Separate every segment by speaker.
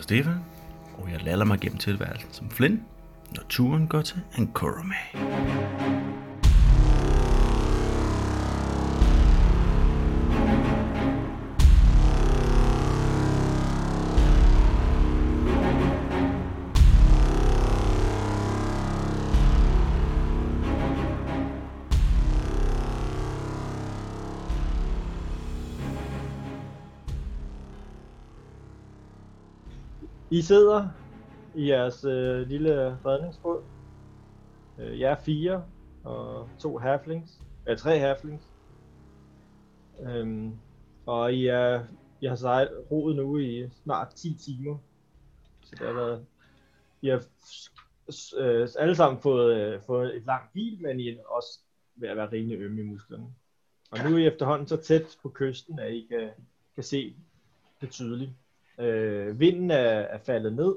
Speaker 1: Stefan, og jeg lader mig gennem tilværelsen som Flynn, når turen går til Ankorome.
Speaker 2: I sidder i jeres øh, lille redningsbåd. Øh, jeg er fire og to halflings. Øh, tre halflings. Øhm, og I, er, I har sejlet roet nu i snart 10 timer. Så det har været... I har s- s- øh, alle sammen fået, øh, fået et langt hvil, men I er også ved at være rimelig ømme i musklerne. Og nu er I efterhånden så tæt på kysten, at I kan, kan se det tydeligt. Øh, vinden er, er faldet ned,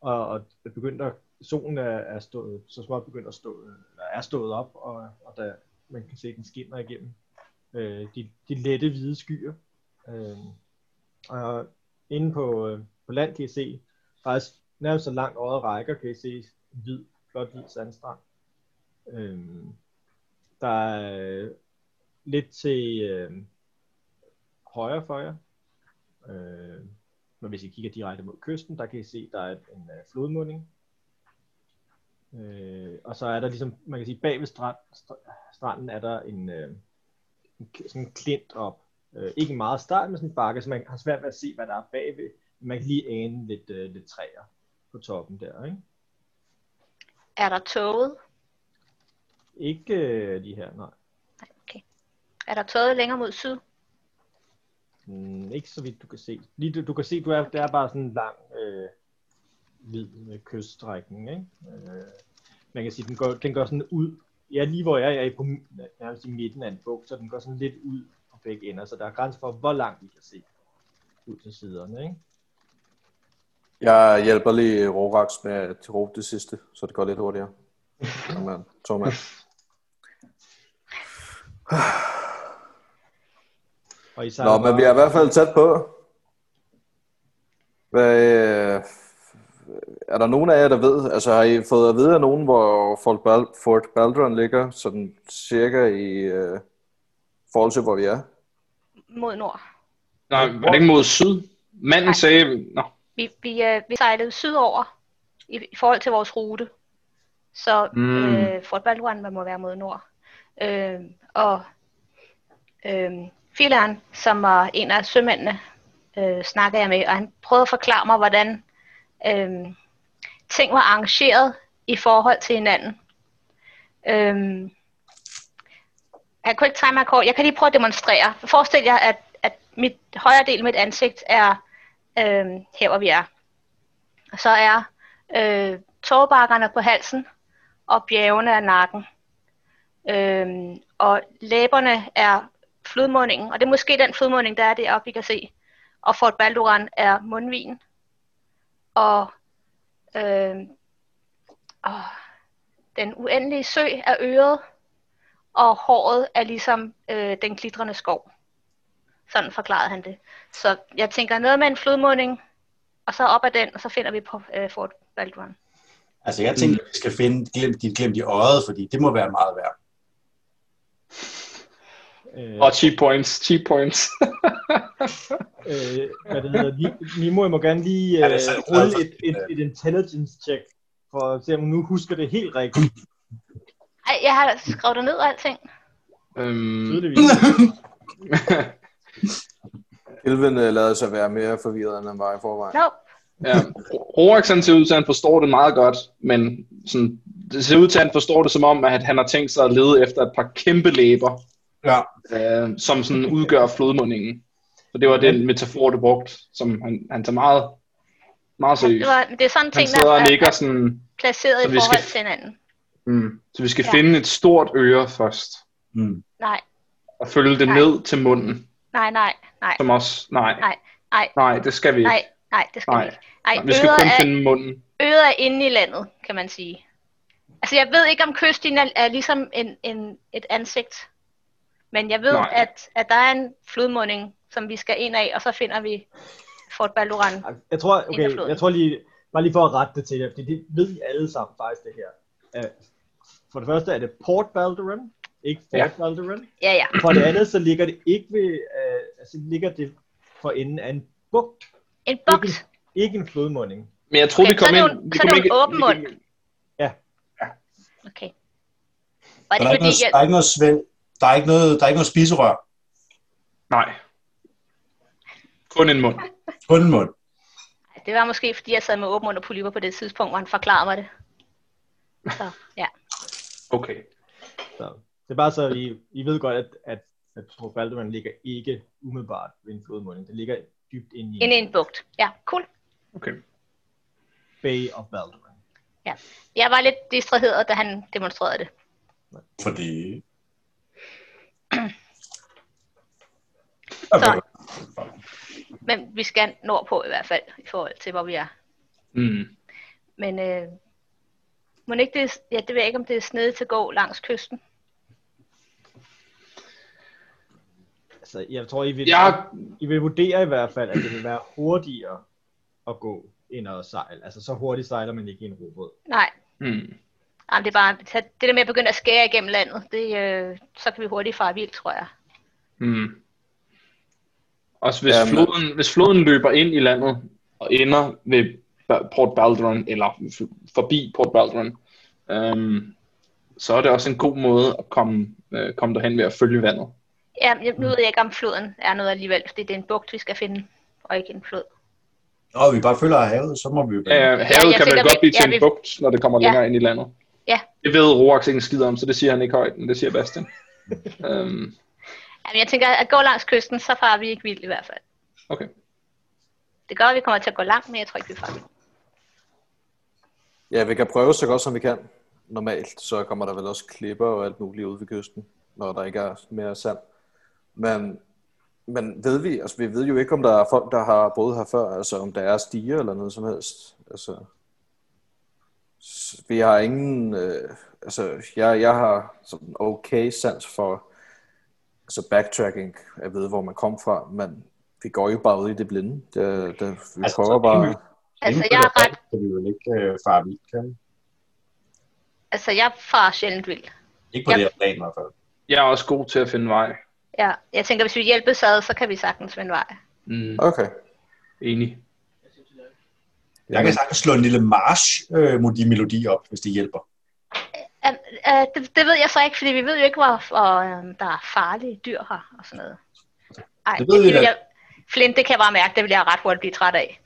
Speaker 2: og, og er begyndt at, solen er, er stået, så småt begyndt at stå, eller er stået op, og, og der, man kan se, at den skinner igennem øh, de, de lette hvide skyer. Øh, og inde på, øh, på land kan I se, faktisk nærmest så langt øjet rækker, kan I se en hvid, flot hvid sandstrand. Øh, der er øh, lidt til øh, højre for jer, Øh, men hvis I kigger direkte mod kysten, der kan I se, der er en øh, flodmunding. Øh, og så er der ligesom, man kan sige, bag ved strand, str- stranden er der en, øh, en k- sådan en klint op. Øh, ikke en meget stejl, men sådan en bakke, så man har svært ved at se, hvad der er bagved. Men man kan lige ane lidt, øh, lidt træer på toppen der, ikke?
Speaker 3: Er der toget?
Speaker 2: Ikke øh, de her, nej.
Speaker 3: Er der toget længere mod syd?
Speaker 2: Mm, ikke så vidt du kan se. Lige du, du kan se, du er, der er bare sådan en lang øh, hvid øh, kyststrækning, ikke? Øh, man kan sige, den går, den går sådan ud. Ja, lige hvor jeg er, jeg er på mi- nærmest i midten af en bugt, så den går sådan lidt ud på begge ender, så der er grænser for, hvor langt vi kan se ud til siderne, ikke?
Speaker 4: Jeg hjælper lige Rorax med at råbe det sidste, så det går lidt hurtigere. Tormand. Tormand.
Speaker 2: Og I sejler
Speaker 4: Nå, men vi er i hvert fald tæt på. Hvad, øh, er der nogen af jer, der ved, altså har I fået at vide af nogen, hvor Fort, Bal- Fort Baldron ligger, sådan cirka i øh, forhold til, hvor vi er?
Speaker 3: Mod nord.
Speaker 5: Nej, var det ikke mod syd? Manden
Speaker 3: Øh, Nej.
Speaker 5: sagde... Nå,
Speaker 3: Vi, vi, øh, vi sejlede sydover i, i forhold til vores rute. Så
Speaker 5: Mm.
Speaker 3: mm. øh, Fort Baldwin man må være mod nord. Øh, og øh, fileren, som var en af sømændene, øh, snakkede jeg med, og han prøvede at forklare mig, hvordan øh, ting var arrangeret i forhold til hinanden. Øh, jeg kunne ikke tegne mig kort. Jeg kan lige prøve at demonstrere. Forestil jer, at, at mit højre del af mit ansigt er øh, her, hvor vi er. Og så er øh, tårbakkerne på halsen, og bjergene er nakken. Øh, og læberne er flodmundingen, og det er måske den flodmunding, der er deroppe, vi kan se. Og Fort Balduran er mundvin. Og, øh, og den uendelige sø er øret, og håret er ligesom øh, den glitrende skov. Sådan forklarede han det. Så jeg tænker noget med en flodmunding, og så op ad den, og så finder vi på øh, Fort Baldwin.
Speaker 6: Altså, jeg tænker, at vi skal finde glemt, dit glemt i øjet, fordi det må være meget værd.
Speaker 2: øh,
Speaker 5: og 10 points, 10 points.
Speaker 2: øh, hvad det hedder, Ni- Nimo, jeg må gerne lige
Speaker 6: Han
Speaker 2: øh,
Speaker 6: er selv glad
Speaker 2: rulle
Speaker 6: for
Speaker 2: et, et, et intelligence check, for at se, om hun nu husker det helt rigtigt,
Speaker 3: Ej, jeg har skrevet det ned og alting.
Speaker 5: øhm,
Speaker 2: tydeligvis.
Speaker 4: Elven øh, lader sig være mere forvirret, end han var i forvejen.
Speaker 3: Nå,
Speaker 5: ja. Rorax han ser ud til, at han forstår det meget godt, men sådan, det ser ud til, at han forstår det som om, at han har tænkt sig at lede efter et par kæmpe læber,
Speaker 6: Ja.
Speaker 5: øh, som sådan udgør flodmundingen. Så det var den metafor, du brugte, som han, han tager meget, meget
Speaker 3: det,
Speaker 5: seriøst.
Speaker 3: var, det er sådan
Speaker 5: Han
Speaker 3: ting,
Speaker 5: sidder
Speaker 3: der
Speaker 5: og
Speaker 3: er,
Speaker 5: nikker
Speaker 3: er
Speaker 5: sådan,
Speaker 3: placeret
Speaker 5: så
Speaker 3: i
Speaker 5: vi skal-
Speaker 3: forhold til hinanden.
Speaker 5: mm, så vi skal
Speaker 3: Ja.
Speaker 5: finde et stort øre først,
Speaker 6: Mm.
Speaker 3: Nej,
Speaker 5: og følge det
Speaker 3: Nej.
Speaker 5: ned til munden,
Speaker 3: nej, nej, nej,
Speaker 5: som også, nej,
Speaker 3: Nej. Nej.
Speaker 5: nej det skal vi ikke.
Speaker 3: nej, nej, det skal
Speaker 5: Nej.
Speaker 3: vi ikke. Nej,
Speaker 5: Vi skal
Speaker 3: øret
Speaker 5: kun
Speaker 3: er,
Speaker 5: finde munden.
Speaker 3: øret er inde i landet, kan man sige. Altså, jeg ved ikke, om kysten er, er ligesom en, en, et ansigt. Men jeg ved,
Speaker 5: Nej.
Speaker 3: at, at der er en flodmunding, som vi skal ind af, og så finder vi Fort Balduran.
Speaker 2: Ej, Jeg tror,
Speaker 3: Ind af
Speaker 2: okay,
Speaker 3: floden.
Speaker 2: jeg tror lige, bare lige for at rette det til jer, fordi det ved I alle sammen faktisk det her. Øh, For det første er det Port Valderan, ikke Fort
Speaker 5: Ja.
Speaker 2: ja. Valderan.
Speaker 3: Ja, ja.
Speaker 2: For det andet, så ligger det ikke ved, øh, altså ligger det for enden af en bugt,
Speaker 3: En
Speaker 2: Ikke,
Speaker 3: bugt.
Speaker 2: ikke en flodmunding.
Speaker 5: Men jeg tror,
Speaker 3: Okay,
Speaker 5: vi kom
Speaker 3: så er det
Speaker 5: ind...
Speaker 3: jo- så
Speaker 5: vi
Speaker 3: er
Speaker 5: kom
Speaker 3: det jo
Speaker 5: ikke-
Speaker 3: en åben
Speaker 5: vi kom-
Speaker 3: Okay. Var
Speaker 6: Der
Speaker 3: det
Speaker 6: er, ikke
Speaker 3: fordi,
Speaker 6: noget,
Speaker 3: jeg...
Speaker 6: der er ikke noget svæl. Der er ikke noget, der er ikke noget spiserør.
Speaker 5: Nej. Kun en mund.
Speaker 6: Kun en mund.
Speaker 3: Det var måske, fordi jeg sad med åben mund og polyper på det tidspunkt, hvor han forklarede mig det. Så, ja.
Speaker 6: Mm.
Speaker 5: Okay.
Speaker 2: Så det er bare så, I, I ved godt, at, at, at Port Valderan ligger ikke umiddelbart ved en flodmunding. Det ligger dybt inde i
Speaker 3: Inde i en bugt. Ja, cool.
Speaker 5: Okay.
Speaker 2: Bay of Valderan.
Speaker 3: Jeg var lidt distraheret, da han demonstrerede det.
Speaker 6: Fordi...
Speaker 3: Så. Men vi skal nordpå i hvert fald, i forhold til, hvor vi er.
Speaker 5: Mm.
Speaker 3: Men øh, må ikke det, er- ja, det ved jeg ikke, om det er snedigt til at gå langs kysten.
Speaker 2: Altså, jeg tror, I vil,
Speaker 5: Jeg,
Speaker 2: I vil vurdere i hvert fald, at det vil være hurtigere at gå end at sejle. Altså, så hurtigt sejler man ikke i en robåd.
Speaker 3: Nej,
Speaker 5: mm.
Speaker 3: Jamen, det er bare, så det der med at begynde at skære igennem landet, det, øh, så kan vi hurtigt fare vildt, tror jeg.
Speaker 5: Mm. Også Altså, hvis,
Speaker 4: Jamen.
Speaker 5: floden, hvis floden løber ind i landet og ender ved Ba- Port Baldron, eller f- forbi Port Baldron, øhm, så er det også en god måde at komme, øh, komme derhen ved at følge vandet.
Speaker 3: Ja, men nu ved jeg ikke, om floden er noget alligevel, fordi det er en bugt, vi skal finde, og ikke en flod.
Speaker 6: Og vi bare følger af havet, så må vi jo...
Speaker 5: Øh, havet
Speaker 3: jeg
Speaker 5: kan vel
Speaker 3: tænker,
Speaker 5: godt
Speaker 3: vi-
Speaker 5: blive til
Speaker 3: ja,
Speaker 5: en
Speaker 3: vi-
Speaker 5: bugt, når det kommer
Speaker 3: Ja.
Speaker 5: længere ind i landet.
Speaker 3: Ja.
Speaker 5: Det ved Roax ikke en skid om, så det siger han ikke højt, men det siger Bastian. øhm,
Speaker 3: Jamen, jeg tænker, at gå langs kysten, så farer vi ikke vildt i hvert fald.
Speaker 5: okay.
Speaker 3: Det gør, at vi kommer til at gå langt, men jeg tror ikke, vi farer vildt.
Speaker 4: Ja, vi kan prøve så godt som vi kan. Normalt så kommer der vel også klipper og alt muligt ud ved kysten, når der ikke er mere sand. Men, men ved vi, altså vi ved jo ikke, om der er folk, der har boet her før, altså om der er stiger eller noget som helst. Altså, s- vi har ingen, øh, altså jeg, jeg har sådan okay sans for altså backtracking, jeg ved, hvor man kom fra, men vi går jo bare ud i det blinde. Det, det, vi
Speaker 6: Altså,
Speaker 4: altså, prøver
Speaker 6: så
Speaker 4: bare...
Speaker 3: Altså, jeg er ret,
Speaker 6: Kan vi jo ikke øh, fare vildt, kan vi?
Speaker 3: altså, jeg farer sjældent vildt.
Speaker 6: Ikke på
Speaker 3: Ja.
Speaker 6: det her plan i hvert fald.
Speaker 5: Jeg er også god til at finde vej.
Speaker 3: Ja, jeg tænker, hvis vi hjælpes ad, så kan vi sagtens finde vej.
Speaker 5: Mm,
Speaker 4: Okay.
Speaker 5: enig.
Speaker 6: Jeg kan sagtens slå en lille march øh, mod de melodi op, hvis det hjælper.
Speaker 3: Uh, uh, det, det ved jeg så ikke, fordi vi ved jo ikke, hvor, hvor um, der er farlige dyr her og sådan noget. Ej,
Speaker 6: Det ved vi da.
Speaker 3: vil jeg, Flint, det kan jeg bare mærke, det vil jeg ret hurtigt blive træt af.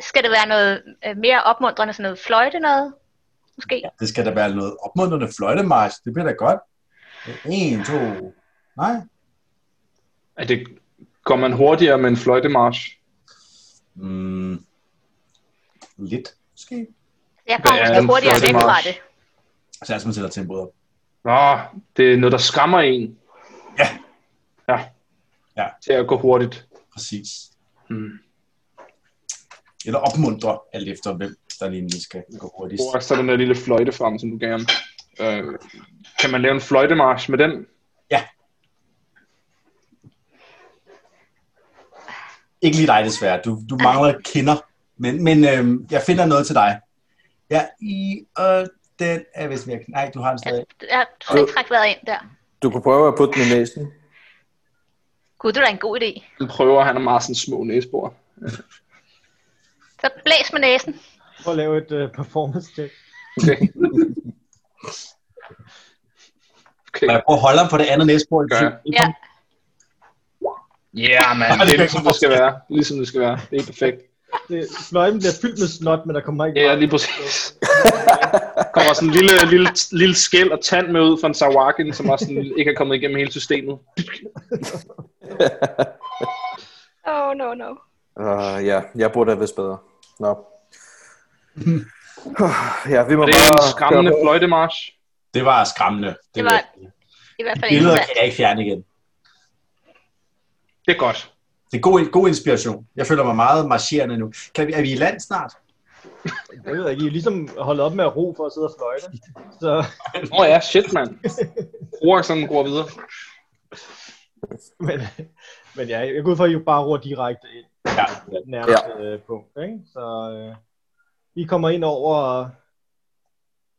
Speaker 3: Skal det være noget øh, mere opmuntrende, sådan noget fløjte noget? Måske? Ja.
Speaker 6: Det skal da være noget opmuntrende fløjtemarch. Det bliver da godt. En, to... Nej.
Speaker 5: Er det, går man hurtigere med en fløjtemarsch?
Speaker 6: Mm. Lidt, Altså, måske.
Speaker 3: Jeg kommer
Speaker 5: Hvad er en
Speaker 3: måske hurtigere væk fra
Speaker 5: fløjtemarch?
Speaker 3: det.
Speaker 6: Altså, altså man sætter tempoet op.
Speaker 5: Nå, det er noget, der skræmmer en.
Speaker 6: Ja.
Speaker 5: Ja.
Speaker 6: Ja.
Speaker 5: Til at gå hurtigt.
Speaker 6: Præcis.
Speaker 5: Mm.
Speaker 6: Eller opmuntre, alt efter hvem, der lige lige skal gå hurtigst.
Speaker 5: Og så den der lille fløjte frem, som du gav ham. Øh, kan man lave en fløjtemarsch med den?
Speaker 6: Ikke lige dig desværre. Du, du mangler kinder. Men, men øhm, jeg finder noget til dig. Ja, i, og den er vist væk. Nej, du har den stadig.
Speaker 3: Jeg tror ikke, træk vejret ind der.
Speaker 4: Du kunne prøve at putte den i næsen.
Speaker 3: Gud, det er da en god idé.
Speaker 5: Den prøver han at meget sådan små næsebor.
Speaker 3: Så blæs med næsen.
Speaker 2: Prøv at lave et uh, performance check.
Speaker 5: Okay. okay.
Speaker 6: Og jeg prøver at holde ham på det andet næsbord.
Speaker 5: Gør jeg.
Speaker 3: Ja.
Speaker 5: Ja, yeah, man. Det er ligesom det skal være. Ligesom det skal være. Det er perfekt.
Speaker 2: Det, fløjten bliver fyldt med snot, men der kommer ikke
Speaker 5: Ja,
Speaker 2: meget.
Speaker 5: lige præcis. kommer sådan en lille, lille, lille skæld og tand med ud fra en Sawakin, som også sådan, ikke er kommet igennem hele systemet.
Speaker 3: Oh, no, no.
Speaker 4: Uh, ja, jeg burde have vidst bedre. Nå. ja, vi må
Speaker 5: Og det er
Speaker 4: bare...
Speaker 5: en skræmmende
Speaker 4: køre på.
Speaker 5: fløjtemarsch.
Speaker 6: Det var skræmmende. Det,
Speaker 3: Det var I hvert fald
Speaker 6: Billeder
Speaker 3: interessant.
Speaker 6: kan jeg ikke fjerne igen.
Speaker 5: Det er godt.
Speaker 6: Det er god, god inspiration. Jeg føler mig meget marcherende nu. Kan vi, er vi i land snart?
Speaker 2: Jeg ved ikke, I er ligesom holdt op med at ro for at sidde og fløjte. Så
Speaker 5: Åh oh, ja, shit, mand. Roar sådan går videre.
Speaker 2: Men, men ja, jeg går ud fra, at I jo bare ror direkte ind.
Speaker 6: Ja.
Speaker 2: nærmeste ja. punkt. Ikke? Så øh, I kommer ind over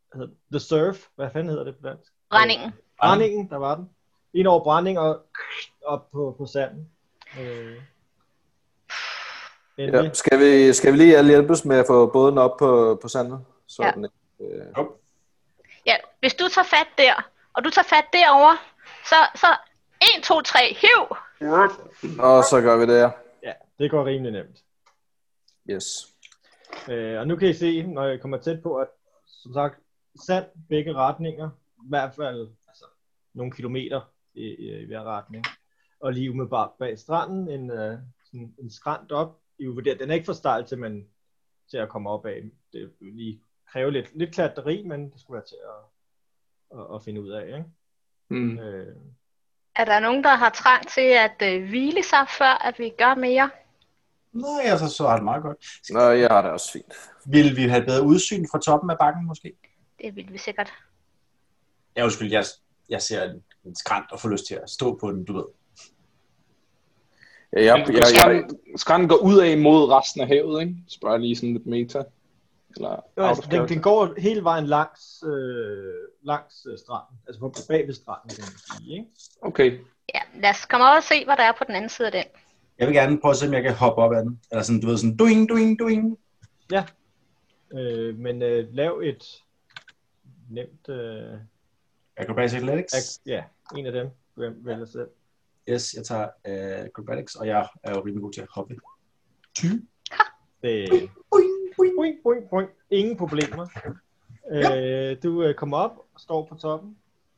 Speaker 2: hvad hedder det? The Surf. Hvad fanden hedder det på dansk?
Speaker 3: Brændingen.
Speaker 2: Brændingen, der var den. Ind over brænding og op på, på sanden. Øh. Endelig.
Speaker 4: Ja. Skal, vi, skal vi lige alle hjælpes med at få båden op på, på sandet? Så
Speaker 3: Ja.
Speaker 4: ja. den, ikke, øh,
Speaker 3: Ja, hvis du tager fat der, og du tager fat derover, så, så 1, 2, 3, hiv!
Speaker 4: og så gør vi det, ja.
Speaker 2: ja, det går rimelig nemt.
Speaker 4: Yes.
Speaker 2: Øh, og nu kan I se, når jeg kommer tæt på, at som sagt, sand begge retninger, i hvert fald altså, nogle kilometer i, i, i hver retning, og lige umiddelbart bag stranden, en, øh, sådan en skrant op. I vurderer, den er ikke for stejl til, man, til at komme op af. Det vil lige kræve lidt, lidt klatteri, men det skulle være til at, at, at finde ud af. Ikke?
Speaker 5: Mm.
Speaker 2: Øh,
Speaker 3: Er der nogen, der har trang til at øh, hvile sig, før at vi gør mere?
Speaker 6: Nå, jeg altså, så, så har det meget godt.
Speaker 4: Nå, jeg har det også fint.
Speaker 6: Vil vi have bedre udsyn fra toppen af bakken, måske?
Speaker 3: Det vil vi sikkert.
Speaker 6: Ja, undskyld, jeg, jeg ser en, en skrant og får lyst til at stå på den, du ved.
Speaker 4: Ja, jeg, jeg, jeg,
Speaker 5: Skrænden- Skrænden går ud af mod resten af havet, ikke? Spørger lige sådan lidt meta. Eller
Speaker 2: jo, altså, den, den går hele vejen langs, øh, langs øh, stranden, altså på bag ved stranden, kan man sige. Ikke?
Speaker 5: Okay.
Speaker 3: Ja, lad os komme over og se, hvad der er på den anden side af den.
Speaker 6: Jeg vil gerne prøve at se, om jeg kan hoppe op ad den. Eller sådan, du ved, sådan doing, doing, doing.
Speaker 2: Øh, men øh, lav et nemt... Øh,
Speaker 6: Acrobatics Athletics.
Speaker 2: ak- ja, en af dem. Hvem vælger selv?
Speaker 6: yes, jeg tager uh, acrobatics, og jeg er jo rimelig god til at hoppe. 20.
Speaker 2: Det,
Speaker 6: Boing, boing.
Speaker 2: boing, boing, boing. Ingen problemer. Øh, du øh, kommer op og står på toppen.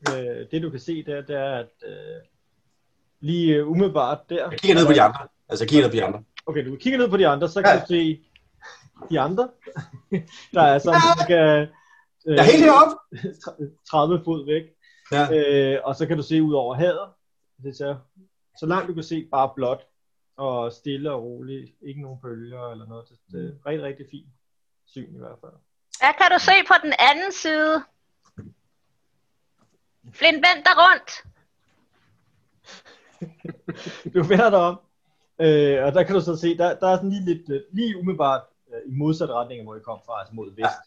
Speaker 2: Øh, det du kan se der, det er, at øh, lige øh, umiddelbart der...
Speaker 6: Jeg kigger ned på de andre. Altså, jeg kigger ned på de andre.
Speaker 2: Okay, du kigger ned på de andre, så kan
Speaker 6: Ja.
Speaker 2: du se de andre. Der er sådan cirka... Øh,
Speaker 6: Jeg er helt heroppe.
Speaker 2: 30 fod væk.
Speaker 6: Ja.
Speaker 2: Øh, og så kan du se ud over havet. Det så, så langt du kan se, bare blåt og stille og roligt. Ikke nogen bølger eller noget. Det det er rigtig, rigtig fint syn i hvert fald.
Speaker 3: Hvad kan du se på den anden side? Flint, vend dig rundt.
Speaker 2: Du vender dig om, øh, og der kan du så se, der, der er sådan lige lidt, øh, lige umiddelbart øh, i modsat retning, af, hvor I kom fra, altså mod vest.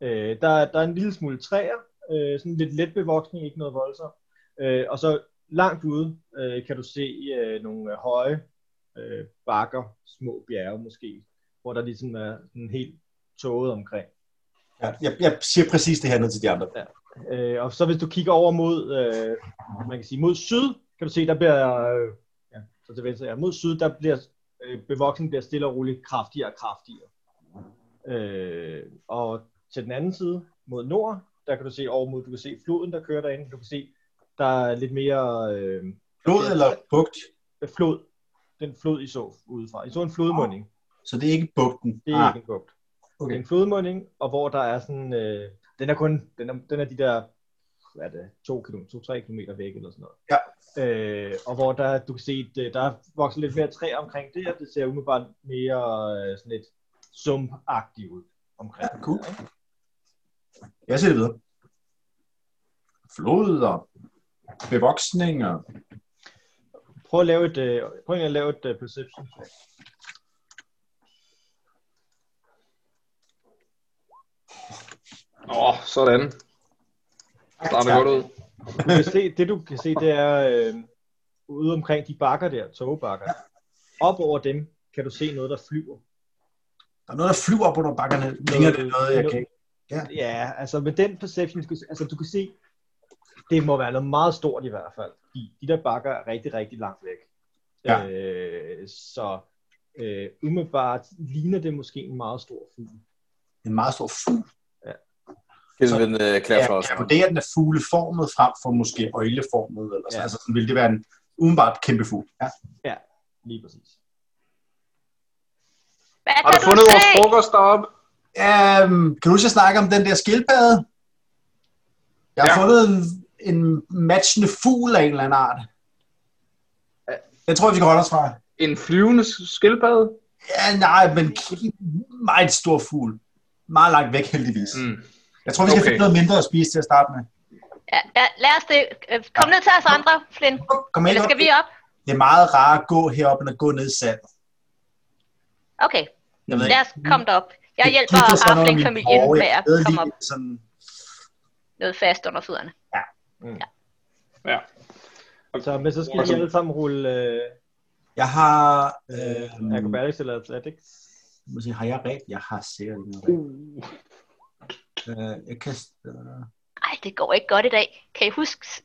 Speaker 2: Øh, der, er- der er en lille smule træer, øh, sådan lidt let bevoksning, ikke noget voldsomt. Øh, og så langt ude øh, kan du se øh, nogle øh, høje øh, bakker, små bjerge måske, hvor der ligesom er sådan helt tåget omkring.
Speaker 6: Ja, jeg, jeg siger præcis det her ned til de andre.
Speaker 2: Øh, og så hvis du kigger over mod, øh, man kan sige mod syd, kan du se, der bliver, øh, ja, så til venstre, ja, mod syd, der bliver øh, bevoksningen bliver stille og roligt kraftigere og kraftigere. Øh, og til den anden side, mod nord, der kan du se over mod, du kan se floden, der kører derinde, du kan se, der er lidt mere øh,
Speaker 6: Blod eller bugt,
Speaker 2: flod, den flod, I så udefra. I så en flodmunding,
Speaker 6: så det er ikke bugten.
Speaker 2: det er
Speaker 6: Ah,
Speaker 2: ikke en bugt. Okay.
Speaker 6: okay.
Speaker 2: En flodmunding, og hvor der er sådan, øh, den er kun, den er, den er de der, hvad er det, 2 km, 2-3 km væk eller sådan noget.
Speaker 6: Ja.
Speaker 2: Øh, og hvor der, du kan se, at, øh, der er vokset lidt mere træer omkring det, og det ser umiddelbart mere øh, sådan lidt sumpagtigt ud omkring.
Speaker 6: Ja, cool. Jeg ser det videre. Flod og bevoksning og...
Speaker 2: Prøv at lave et, øh, prøv at lave et øh, perception. check.
Speaker 5: Åh, oh, sådan. Starter godt ud.
Speaker 2: Du kan se, det du kan se, det er øh, ude omkring de bakker der, togbakker. Op over dem kan du se noget, der flyver.
Speaker 6: Der er noget, der flyver op under bakkerne. Ligner det noget, jeg kan...
Speaker 2: Ja, altså med den perception, du kan, altså du kan se, det må være noget meget stort i hvert fald. De, de der bakker er rigtig, rigtig langt væk.
Speaker 6: Ja.
Speaker 2: Øh, så øh, umiddelbart ligner det måske en meget stor fugl.
Speaker 6: En meget stor fugl.
Speaker 4: Kelvin øh,
Speaker 6: Ja,
Speaker 4: klæder for os.
Speaker 6: kan jeg vurdere, at den er fugleformet frem for måske øjleformet? Eller sådan.
Speaker 2: Ja.
Speaker 6: Ja. Altså, sådan ville det være en udenbart kæmpe fugl. Ja.
Speaker 2: Lige præcis.
Speaker 3: Hvad
Speaker 5: Har du
Speaker 3: kan du
Speaker 5: fundet vores
Speaker 3: se?
Speaker 5: frokost deroppe?
Speaker 6: Um, kan du så snakke om den der skildpadde? Jeg har
Speaker 5: Ja.
Speaker 6: ja. fundet en, en matchende fugl af en eller anden art. Jeg tror, vi kan holde os fra.
Speaker 5: En flyvende skildpadde?
Speaker 6: Ja, nej, men meget stor fugl. Meget langt væk, heldigvis. Mm.
Speaker 5: Mm.
Speaker 6: Jeg tror, vi skal
Speaker 5: Okay.
Speaker 6: okay. finde noget mindre at spise til at starte med.
Speaker 3: Ja, ja, lad os det. Øh, Kom ned til os andre, Flint.
Speaker 6: Kom ind.
Speaker 3: Eller skal vi op?
Speaker 6: Det er meget rart at gå heroppe, end at gå ned i sand.
Speaker 3: Okay,
Speaker 6: Jeg ved
Speaker 3: lad os komme derop. Jeg
Speaker 6: Det
Speaker 3: hjælper
Speaker 6: gitter sådan under min
Speaker 3: Harfling-familien
Speaker 6: borg.
Speaker 3: med at
Speaker 6: Jeg ved
Speaker 3: komme op
Speaker 6: lige Sådan,
Speaker 3: noget fast under fødderne.
Speaker 5: Ja.
Speaker 2: Så, men så skal
Speaker 5: Altså-
Speaker 2: I alle sammen rulle øh,
Speaker 6: jeg har... Øh,
Speaker 2: øh, acrobatics eller athletics.
Speaker 6: jeg må sige, har jeg ret? Jeg har sikkert ikke noget ret.
Speaker 5: Uh,
Speaker 6: Øh, jeg kaster...
Speaker 3: Ej, det går ikke godt i dag. Kan I huske s-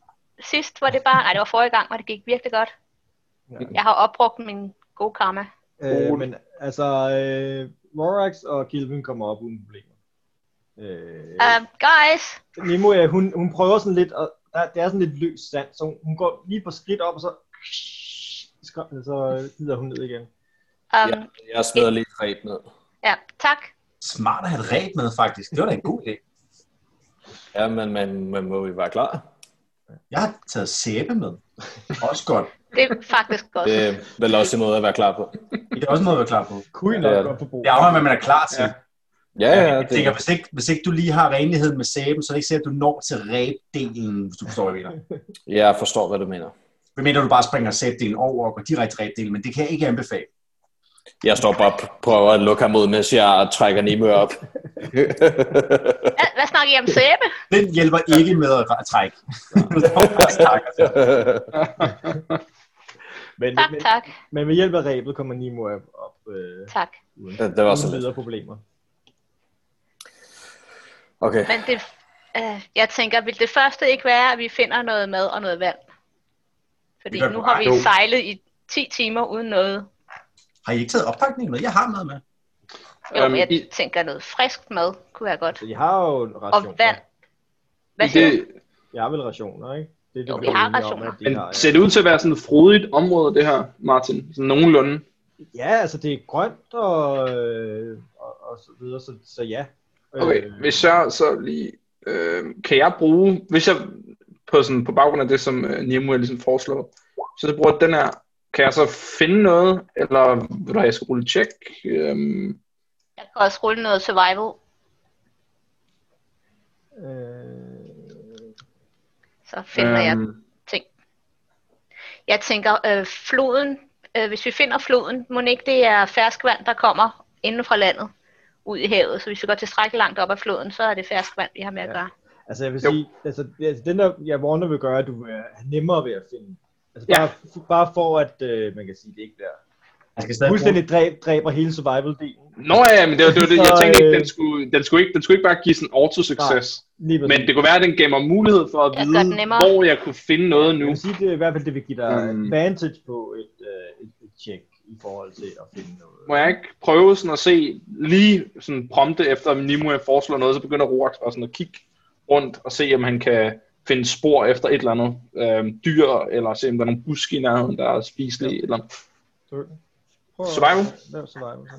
Speaker 3: sidst, hvor det bare... Nej, det var forrige gang, hvor det gik virkelig godt.
Speaker 2: Ja.
Speaker 3: Jeg har opbrugt min gode karma.
Speaker 2: Øh, men altså, øh, Morax og Gilvin kommer op uden problemer. Øh,
Speaker 3: Um, guys,
Speaker 2: Nemo, ja, hun, hun prøver sådan lidt, og der, det er sådan lidt løs sand, så hun, hun går lige på skridt op, og så, skr- så glider hun ned igen.
Speaker 3: um,
Speaker 4: Ja. Jeg smider lige et ræb ned.
Speaker 3: ja, tak.
Speaker 6: Smart at have et ræb med, faktisk. Det var da en god idé.
Speaker 4: Ja, men man, man må jo være klar.
Speaker 6: Jeg har taget sæbe med. Også godt.
Speaker 3: Det er faktisk godt.
Speaker 4: Det er vel også noget at være klar på.
Speaker 6: Det er også noget at være klar på.
Speaker 2: Kunne I
Speaker 4: Ja,
Speaker 2: nok
Speaker 4: det-
Speaker 2: godt på bordet.
Speaker 6: Det afhænger, af, hvad man er klar til.
Speaker 5: Ja.
Speaker 4: Ja, ja,
Speaker 6: Jeg tænker,
Speaker 4: det,
Speaker 6: hvis ikke, hvis ikke du lige har renligheden med sæben, så er det ikke sikkert, at du når til ræbdelen, hvis du forstår, hvad jeg mener.
Speaker 4: jeg forstår, hvad du mener.
Speaker 6: Hvad mener du bare springer sæbdelen over og går direkte til ræbdelen, men det kan jeg ikke anbefale.
Speaker 4: Jeg står bare og prøver at lukke ham ud, mens jeg trækker Nemo op.
Speaker 3: Hvad, hvad snakker I om sæbe?
Speaker 6: Den hjælper ikke med at ra- trække.
Speaker 2: Men,
Speaker 3: Tak,
Speaker 2: men,
Speaker 3: tak,
Speaker 2: men ved hjælp af rebet kommer Nemo op, op øh,
Speaker 3: tak.
Speaker 2: uden,
Speaker 4: det, det var så
Speaker 2: uden
Speaker 4: lidt.
Speaker 2: videre problemer.
Speaker 4: Okay.
Speaker 3: Men det, øh, jeg tænker, vil det første ikke være, at vi finder noget mad og noget vand? Fordi
Speaker 6: Det kan
Speaker 3: nu
Speaker 6: du-
Speaker 3: har vi
Speaker 5: jo.
Speaker 3: sejlet i 10 timer uden noget.
Speaker 6: Har I ikke taget opbakning med? Jeg har noget med.
Speaker 3: Jo,
Speaker 5: Øhm,
Speaker 3: men jeg
Speaker 5: i-
Speaker 3: tænker noget frisk mad kunne være godt.
Speaker 2: Så I har jo en ration.
Speaker 3: Og vand. Hvad siger du?
Speaker 5: det,
Speaker 2: Jeg har vel rationer, ikke? Det er
Speaker 3: Jo, vi
Speaker 2: blev
Speaker 3: har
Speaker 2: enige
Speaker 3: rationer.
Speaker 2: at de
Speaker 5: men
Speaker 2: har,
Speaker 5: ser det ud til at være sådan et frodigt område, det her, Martin? Sådan nogenlunde.
Speaker 2: ja. ja, altså det er grønt og, øh, og, og så videre, så, så ja. Øh,
Speaker 5: Okay,
Speaker 3: Øh.
Speaker 5: hvis jeg så lige... Øh, kan jeg bruge... Hvis jeg på, sådan, på baggrund af det, som øh, Nemo ligesom foreslår, så jeg bruger den her... Kan jeg så finde noget? Eller vil du have, jeg skal rulle et tjek? Øhm,
Speaker 3: Jeg kan også rulle noget survival.
Speaker 2: Øh,
Speaker 3: Så finder jeg
Speaker 5: øhm,
Speaker 3: ting. Jeg tænker, øh, floden, øh, hvis vi finder floden, må ikke det er ferskvand, der kommer inden fra landet ud i havet. Så hvis vi går tilstrækkeligt langt op ad floden, så er det ferskvand, vi har med at
Speaker 2: Ja.
Speaker 3: gøre.
Speaker 2: Altså jeg vil
Speaker 5: Jo.
Speaker 2: sige, altså, det- altså den der jeg Warner vil gøre, at du vil have nemmere ved at finde. Altså
Speaker 5: Ja.
Speaker 2: bare, f- bare for at, øh, man kan sige, det ikke der.
Speaker 6: Jeg skal stadig
Speaker 2: Fuldstændig dræb, dræber hele survival-delen.
Speaker 5: Nå ja, men det var det, var det. jeg
Speaker 2: Så,
Speaker 5: tænkte ikke, den
Speaker 2: øh,
Speaker 5: skulle, den skulle ikke, den skulle ikke bare give sådan auto-succes.
Speaker 2: Lige
Speaker 5: Men det kunne være, at den gav mig mulighed for at
Speaker 3: Jeg gør
Speaker 5: vide,
Speaker 3: den nemmere.
Speaker 5: hvor jeg kunne finde noget
Speaker 2: Jeg
Speaker 5: nu.
Speaker 2: vil sige, det er i hvert fald det vil give dig
Speaker 5: Mm.
Speaker 2: advantage på et, øh, et, et check i forhold til at finde noget.
Speaker 5: Må jeg ikke prøve sådan at se lige sådan prompte efter, at Nimo jeg foreslår noget, så begynder Roax bare sådan at kigge rundt og se, om han kan finde spor efter et eller andet øhm, dyr, eller se, om der er nogle buske i nærheden, der er spiselige. Eller...
Speaker 2: Så- Prøv at-
Speaker 5: Survival?
Speaker 2: Lav survival. så.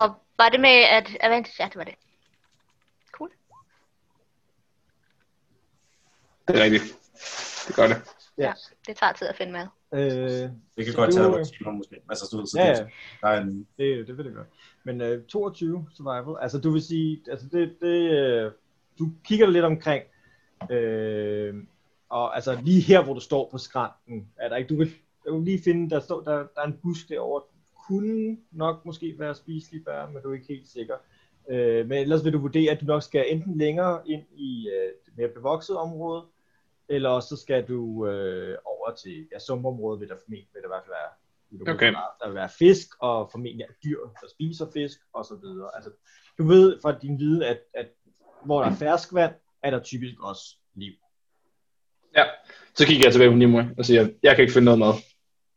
Speaker 3: Og var det med, at advantage, ja, det var det. Cool.
Speaker 5: Det er rigtigt. Det gør det.
Speaker 2: Ja.
Speaker 3: Det tager tid at finde mad.
Speaker 2: Øh,
Speaker 6: Det kan
Speaker 2: Så
Speaker 6: godt
Speaker 2: du-
Speaker 6: tage nogle timer, måske. Altså, du, ved, så
Speaker 2: ja,
Speaker 6: det,
Speaker 2: ja.
Speaker 6: der er en,
Speaker 2: Det, det vil det gøre. Men øh, 22 survival, altså du vil sige, altså det, det øh, du kigger lidt omkring, øh, og altså lige her, hvor du står på skrænten, er der ikke, du kan, du kan lige finde, der, står, der, der er en busk derovre, kunne nok måske være spiselig bær, men du er ikke helt sikker. Øh, men ellers vil du vurdere, at du nok skal enten længere ind i øh, det mere bevoksede område, eller også så skal du øh, over til ja, sumpområdet, vil der formentlig vil der i hvert fald være vil der
Speaker 5: Okay.
Speaker 2: være- der vil være fisk, og formentlig er dyr, der spiser fisk, og så videre. Altså, du ved fra din viden, at, at hvor der er ferskvand, er der typisk også liv.
Speaker 5: Ja. Så kigger jeg tilbage på Nimo og siger, jeg kan ikke finde noget mad.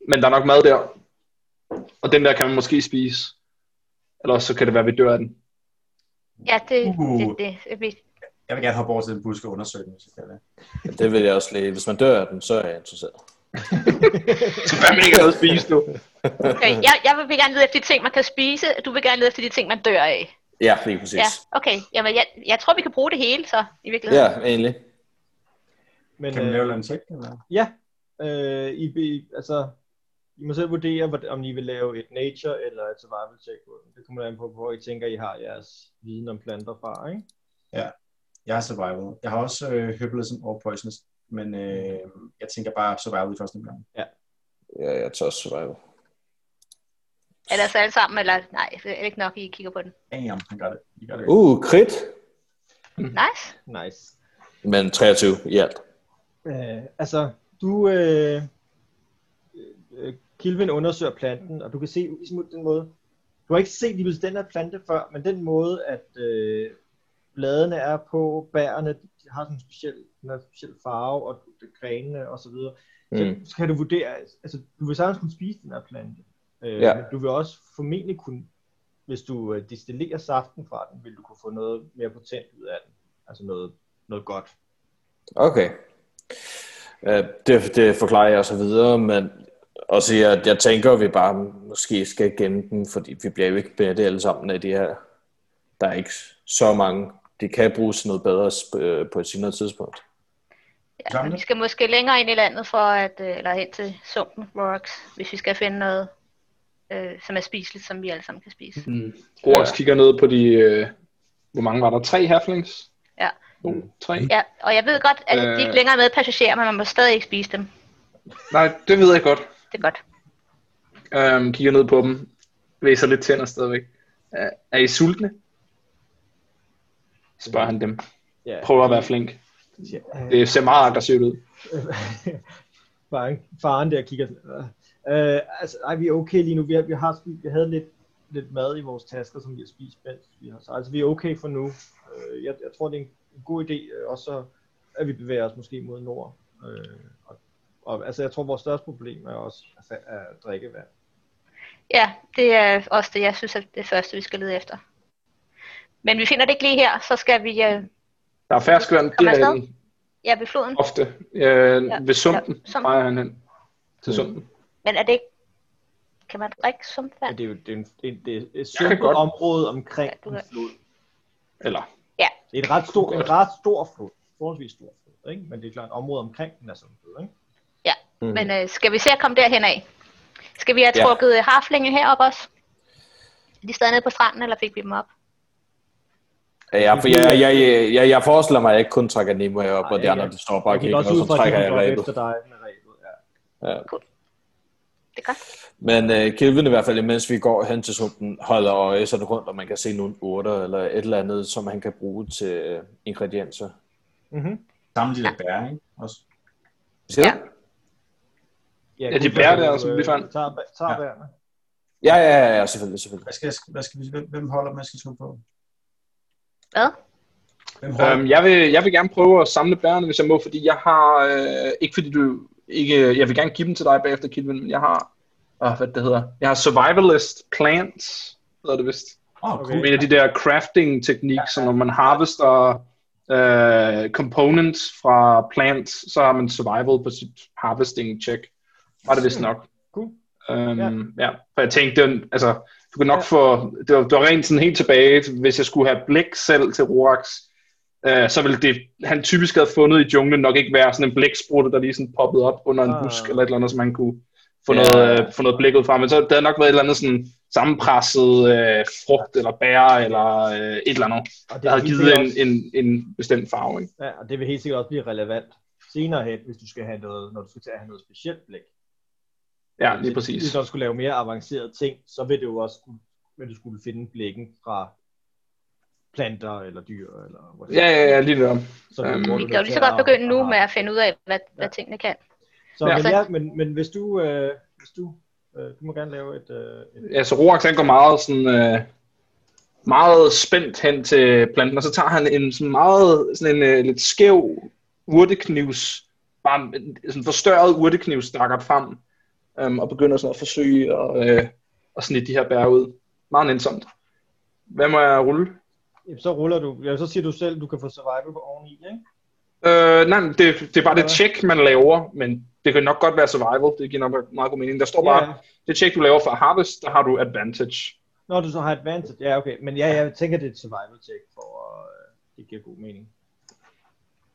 Speaker 5: Men der er nok mad der. Og den der kan man måske spise. Eller også så kan det være, at vi dør af den.
Speaker 3: Ja, det,
Speaker 6: Uh.
Speaker 3: det, det, det, det
Speaker 6: jeg vil gerne hoppe over til den buske og undersøge den, hvis jeg kan det.
Speaker 4: Det vil jeg også lige. Hvis man dør af den, så er jeg interesseret.
Speaker 5: Så fandme ikke har noget at spise nu.
Speaker 3: okay. jeg, jeg vil gerne lede efter de ting, man kan spise. Du vil gerne lede efter de ting, man dør af.
Speaker 4: Ja, lige præcis.
Speaker 3: Ja, okay. Jamen, jeg, jeg tror, vi kan bruge det hele, så i virkeligheden.
Speaker 4: Ja, egentlig.
Speaker 2: Men,
Speaker 6: Kan man
Speaker 2: øh,
Speaker 6: lave en check? Eller?
Speaker 2: Ja, øh, I, be- altså, I må selv vurdere, hvordan, om I vil lave et nature eller et survival check. på den. Det kommer an på, hvor I tænker, I har jeres viden om planter fra, ikke?
Speaker 6: Jeg har survival. Jeg har også øh, herbalism og poisonous, men øh, jeg tænker bare survival i første omgang.
Speaker 4: Ja, jeg tager også survival.
Speaker 3: Er det altså alle sammen, eller nej, det er ikke nok, I kigger på den.
Speaker 6: Damn, han gør det. I gør det.
Speaker 4: Uh, krit.
Speaker 3: Nice.
Speaker 2: Nice.
Speaker 4: Men 23 i alt.
Speaker 2: Øh, altså, du... Øh, øh, Kilvin undersøger planten, og du kan se ligesom den måde... Du har ikke set lige den her plante før, men den måde, at øh, bladene er på, bærene de har sådan en speciel, den har en speciel farve, og grenene og så videre.
Speaker 4: Mm.
Speaker 2: Så, så kan du vurdere, altså du vil sagtens kunne spise den her plante, øh,
Speaker 4: Ja.
Speaker 2: men du vil også formentlig kunne, hvis du øh, distillerer saften fra den, vil du kunne få noget mere potent ud af den. Altså noget, noget godt.
Speaker 4: Okay. Øh, Det, det forklarer jeg så videre, men og så jeg, jeg tænker, at vi bare måske skal gemme den, fordi vi bliver jo ikke bedre alle sammen af de her. Der er ikke så mange. Det kan bruges til noget bedre øh, på et senere tidspunkt.
Speaker 3: Ja,
Speaker 6: Gamle.
Speaker 3: men vi skal måske længere ind i landet, for at, øh, eller ind til sumpen, Rocks, hvis vi skal finde noget, øh, som er spiseligt, som vi alle sammen kan spise.
Speaker 5: Mm. Rorax
Speaker 4: Ja.
Speaker 5: kigger ned på de... Øh, hvor mange var der? Tre halflings?
Speaker 3: Ja.
Speaker 5: To, tre?
Speaker 3: Ja, og jeg ved godt, at de
Speaker 5: Øh.
Speaker 3: ikke længere er med passagerer, men man må stadig ikke spise dem.
Speaker 5: Nej, det ved jeg godt.
Speaker 3: Det er godt.
Speaker 5: Øhm, kigger ned på dem. Væser lidt tænder stadigvæk. Øh, er I sultne? Spørger han dem.
Speaker 2: Ja,
Speaker 5: Prøver at være flink.
Speaker 2: Ja.
Speaker 5: Det ser meget aggressivt ud.
Speaker 2: faren, faren der kigger sådan, øh, øh, altså, nej, vi er okay lige nu. Vi, har, vi, har, spist- vi havde lidt, lidt mad i vores tasker, som vi har spist, mens vi har, så altså, vi er okay for nu. Øh, jeg, jeg tror, det er en, en god idé, øh, også at vi bevæger os måske mod nord. Øh, og, og, altså, jeg tror, vores største problem er også altså, er drikkevand.
Speaker 3: Ja, det er også det, jeg synes er det første, vi skal lede efter. Men vi finder det ikke lige her, så skal vi øh,
Speaker 5: Der er færskvand
Speaker 3: Kom afsted.
Speaker 5: direkte
Speaker 3: ja, ved floden.
Speaker 5: ofte. Øh, ja. Ved sumpen.
Speaker 3: ja,
Speaker 5: Ja.
Speaker 3: sumpen.
Speaker 5: Drejer han hen til sumpen.
Speaker 3: Men er det ikke... Kan man drikke
Speaker 2: Ja,
Speaker 3: sumpvand?
Speaker 2: det er jo det er en, det er en, det er et
Speaker 5: Jeg kan
Speaker 2: sundt
Speaker 5: godt-
Speaker 2: område omkring
Speaker 3: Ja, du
Speaker 2: en
Speaker 3: kan-
Speaker 2: flod.
Speaker 5: Eller,
Speaker 2: Det er en ret stor,
Speaker 5: Godt.
Speaker 2: en ret stor flod. Forholdsvis stor flod, ikke? Men det er klart, området omkring den er sådan flod, ikke?
Speaker 4: Mm.
Speaker 3: Men øh, skal vi se at komme derhen af? Skal vi have
Speaker 4: Ja.
Speaker 3: trukket ja. harflingen herop også? Er De stadig nede på stranden, eller fik vi dem op?
Speaker 2: Altså,
Speaker 4: Ja, for jeg, jeg, jeg, jeg, jeg forestiller mig, at jeg ikke kun trækker Nemo op,
Speaker 2: Nej,
Speaker 4: og de
Speaker 2: ja.
Speaker 4: andre de står bare
Speaker 2: Jeg
Speaker 4: og
Speaker 2: gik
Speaker 4: kigger, og
Speaker 2: også ud
Speaker 4: så
Speaker 2: fra, at
Speaker 4: trækker
Speaker 2: de
Speaker 4: jeg
Speaker 2: gik op
Speaker 4: rebet.
Speaker 2: efter dig med rebet. Ja.
Speaker 3: Det er godt.
Speaker 4: Men øh, Kelvin i hvert fald, mens vi går hen til sumpen, holder øje sådan rundt, og man kan se nogle urter eller et eller andet, som han kan bruge til øh, ingredienser.
Speaker 2: Mm-hmm.
Speaker 6: Samle de der bær, ikke? Også.
Speaker 4: Siger
Speaker 3: Ja.
Speaker 4: du?
Speaker 5: Ja, de bærer der, som vi fandt.
Speaker 2: Tager, tager
Speaker 6: Ja.
Speaker 2: ja. bærene.
Speaker 4: Ja, ja, ja, ja, selvfølgelig, selvfølgelig.
Speaker 6: Hvad skal, hvad skal vi, hvem, hvem holder man skal skubbe på?
Speaker 3: Hvad?
Speaker 6: Hvem holder?
Speaker 5: øhm, jeg, vil, jeg vil gerne prøve at samle bærene, hvis jeg må, fordi jeg har... Øh, ikke fordi du ikke... Jeg vil gerne give dem til dig bagefter, Kilvin, men jeg har... Åh, hvad det hedder? Jeg har survivalist plants, hedder det vist.
Speaker 6: Åh, oh,
Speaker 2: okay.
Speaker 6: cool.
Speaker 5: En af de der crafting teknik, så når man harvester øh, components fra plants, så har man survival på sit harvesting check. Var det vist nok.
Speaker 2: Hmm. Cool.
Speaker 5: Øhm, ja. ja. For jeg tænkte, den- altså, du kan nok
Speaker 2: Ja.
Speaker 5: ja. få, det var, det var rent sådan helt tilbage, til- hvis jeg skulle have blæk selv til Rorax, øh, så ville det, han typisk havde fundet i junglen, nok ikke være sådan en blæksprutte, der lige sådan poppede op under en
Speaker 2: Ah.
Speaker 5: busk, eller et eller andet, som man kunne få,
Speaker 4: Ja.
Speaker 5: ja. noget, øh, få noget blik ud fra. Men så det havde nok været et eller andet sådan sammenpresset øh, frugt, eller bær, eller øh, et eller andet,
Speaker 2: Og det,
Speaker 5: der havde
Speaker 2: vil helt
Speaker 5: givet en,
Speaker 2: sikkert også,
Speaker 5: en, en bestemt farve. Ikke?
Speaker 2: ja, og det vil helt sikkert også blive relevant senere hen, hvis du skal have noget, når du skal til at have noget specielt blik.
Speaker 5: Ja, lige
Speaker 2: Hvis-
Speaker 5: præcis.
Speaker 2: Hvis du skulle lave mere avancerede ting, så vil det jo også skulle, vil du skulle finde blikken fra planter eller dyr eller whatever.
Speaker 5: Ja, ja, ja, lige derom.
Speaker 2: Så det er
Speaker 5: øhm,
Speaker 2: hvor du
Speaker 5: Vi
Speaker 2: er
Speaker 3: Vi kan jo
Speaker 2: nødt
Speaker 3: lige
Speaker 2: til
Speaker 3: så godt
Speaker 2: at-
Speaker 3: begynde
Speaker 2: at
Speaker 3: nu
Speaker 2: have-
Speaker 3: med at finde ud af, hvad, hvad
Speaker 2: Ja.
Speaker 3: tingene kan.
Speaker 2: Så,
Speaker 5: Ja.
Speaker 2: men, ja, men, men hvis du, øh, hvis du, øh, du må gerne lave et, øh, et
Speaker 5: Ja, så Roax han går meget sådan øh, meget spændt hen til planten, og så tager han en sådan meget sådan en øh, lidt skæv urteknivs, bare en- sådan forstørret urteknivs stakker frem, øhm, og begynder sådan at forsøge at, øh, at snitte de her bær ud. Meget nænsomt. Hvad må jeg rulle?
Speaker 2: Jamen, så ruller du. Ja, så siger du selv, du kan få survival på oveni, ikke?
Speaker 5: Øh, nej, men det, det er bare
Speaker 2: Ja.
Speaker 5: det tjek, man laver, men det kan nok godt være survival. Det giver nok meget god mening. Der står bare,
Speaker 2: Ja.
Speaker 5: det tjek, du laver for harvest, der har du advantage.
Speaker 2: Når du så har advantage. Ja, okay. Men ja, jeg tænker, det er et survival check, for øh, det giver god mening.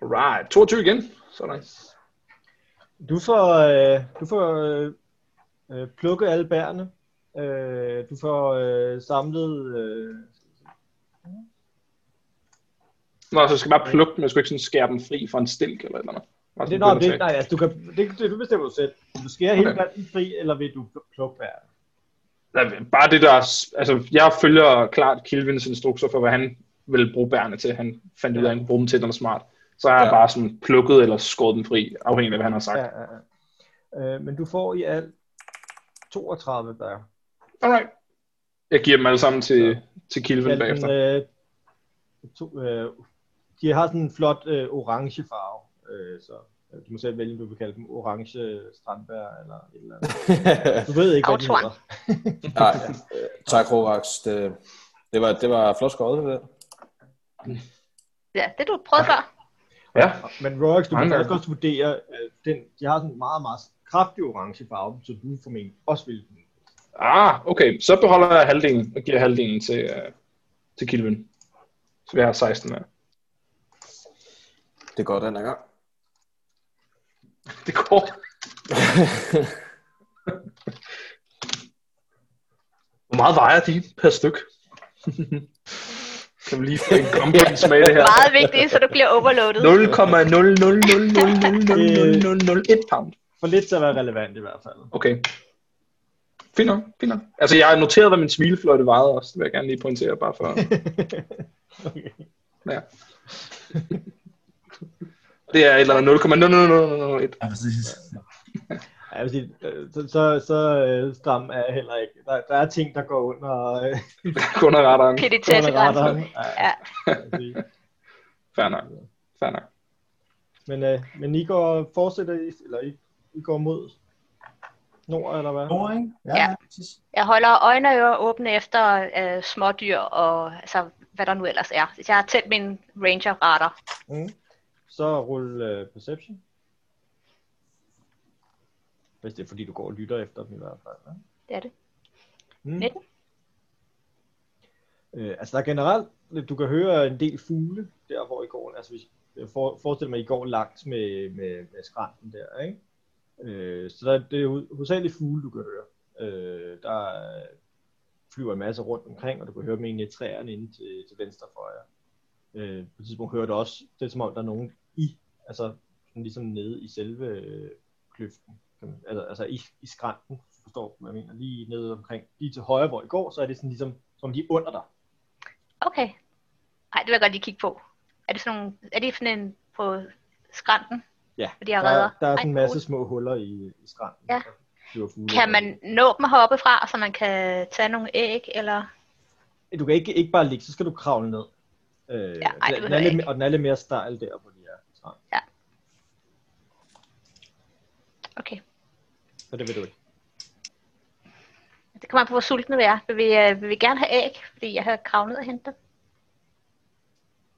Speaker 5: Alright. 22 igen. Sådan.
Speaker 2: Du får, øh, du får øh, øh, plukket alle bærene. Øh, du får øh, samlet... Øh,
Speaker 5: Nå, så skal jeg bare plukke dem, jeg skal ikke sådan skære dem fri fra en stilk eller et eller andet. Bare
Speaker 2: det,
Speaker 5: sådan
Speaker 2: nej,
Speaker 5: begynde
Speaker 2: det,
Speaker 5: at
Speaker 2: nej, altså, du, kan, det, det, du bestemmer du selv. Vil Du skærer okay.
Speaker 5: Okay.
Speaker 2: hele planten fri, eller vil du pl- plukke bærene?
Speaker 5: Bare det der, altså jeg følger klart Kilvins instrukser for, hvad han ville bruge bærene til. Han fandt ud af, at han kunne bruge dem til noget smart. Så har jeg
Speaker 4: Ja.
Speaker 5: bare sådan plukket eller skåret dem fri, afhængig af, hvad han har sagt.
Speaker 2: Ja, ja, ja. Øh, men du får i alt 32 bær.
Speaker 5: Alright. Jeg giver dem alle sammen til, til Kilvin
Speaker 2: Kaldt
Speaker 5: bagefter.
Speaker 2: den, øh, to, øh, de har sådan en flot øh, orange farve, øh, så øh, du må selv vælge, om du vil kalde dem orange øh, strandbær eller et eller andet. Du ved ikke, hvad de
Speaker 3: Autoren.
Speaker 2: hedder.
Speaker 4: Nej, øh, tak Rorax. Det, det, var, det var flot skåret, det der.
Speaker 3: Ja, det du prøvede før.
Speaker 5: Ja,
Speaker 2: Men Rolex, du
Speaker 5: Mange
Speaker 2: kan faktisk
Speaker 5: gange.
Speaker 2: også vurdere, øh, den, de har sådan en meget, meget kraftig orange farve, så du formentlig også vil den.
Speaker 5: Ah, okay. Så beholder jeg halvdelen og giver halvdelen til, øh, til Kilvin. Så jeg har 16 her.
Speaker 4: Det går den her gang.
Speaker 5: Det går. Hvor meget vejer de per styk? kan vi lige få en komponens med i det her?
Speaker 3: Meget vigtigt, så du bliver overloadet.
Speaker 5: 0,000000001 pound.
Speaker 2: For lidt til at være relevant i hvert fald.
Speaker 5: Okay. Fint nok, fint nok. Altså, jeg har noteret, hvad min smilefløjte vejede også. Det vil jeg gerne lige pointere, bare for...
Speaker 2: okay.
Speaker 5: Ja. Det er et eller andet 0,00001.
Speaker 6: Ja, præcis.
Speaker 2: Ja, jeg vil sige, øh, så, så, så øh, stram er jeg heller ikke. Der, der er ting, der går under, øh,
Speaker 5: Kun af radaren.
Speaker 2: under radaren.
Speaker 3: Pittitessegrænsen.
Speaker 2: Ja,
Speaker 3: Ja.
Speaker 2: jeg vil sige.
Speaker 5: Fair nok. Fair nok.
Speaker 2: men, øh, men I går fortsætter, I- eller I, I går mod nord, eller hvad?
Speaker 6: Nord, ikke?
Speaker 3: Ja.
Speaker 6: præcis.
Speaker 3: Jeg holder øjne og ører åbne efter øh, smådyr og altså, hvad der nu ellers er. Jeg har tændt min ranger-radar.
Speaker 2: Mm. Så rul øh, Perception. Hvis det er fordi, du går og lytter efter dem i hvert fald. Ja?
Speaker 3: Det er det.
Speaker 2: Mm.
Speaker 3: 19.
Speaker 2: Øh, altså der er generelt, du kan høre en del fugle der, hvor I går. Altså hvis, jeg for, forestil mig, at I går langs med, med, med skrænten der, ikke? Øh, så der, det er jo hovedsageligt fugle, du kan høre. Øh, der er- flyver en masse rundt omkring, og du kan høre dem egentlig i træerne inde til, til venstre for jer. Øh, på et tidspunkt hører du også, det er som om, der er nogen i, altså sådan ligesom nede i selve øh, kløften, kan man- altså, altså i, i skrænten, hvis du forstår du, hvad jeg mener, lige nede omkring, lige til højre, hvor I går, så er det sådan ligesom, som de er under dig.
Speaker 3: Okay. Nej, det vil jeg godt lige kigge på. Er det sådan, nogle, er det sådan en på skrænten?
Speaker 2: Ja,
Speaker 3: Fordi jeg
Speaker 2: der, er-
Speaker 3: redder.
Speaker 2: der er sådan
Speaker 3: Ej,
Speaker 2: en masse små huller i, i skrænten.
Speaker 3: Ja.
Speaker 2: der flyver fugle
Speaker 3: Kan
Speaker 2: rundt.
Speaker 3: man nå dem heroppe fra, så man kan tage nogle æg, eller?
Speaker 2: Du kan ikke, ikke bare ligge, så skal du kravle ned. Øh,
Speaker 3: ej,
Speaker 2: den
Speaker 3: det behøver
Speaker 2: er
Speaker 3: jeg
Speaker 2: lidt,
Speaker 3: ikke.
Speaker 2: og den er lidt mere stejl der, hvor de er. Så,
Speaker 3: Okay.
Speaker 2: så det vil du ikke.
Speaker 3: Det kommer an på, hvor sultne vi er. Vil vi, øh, vil vi gerne have æg? Fordi jeg har kravet ned og hentet dem.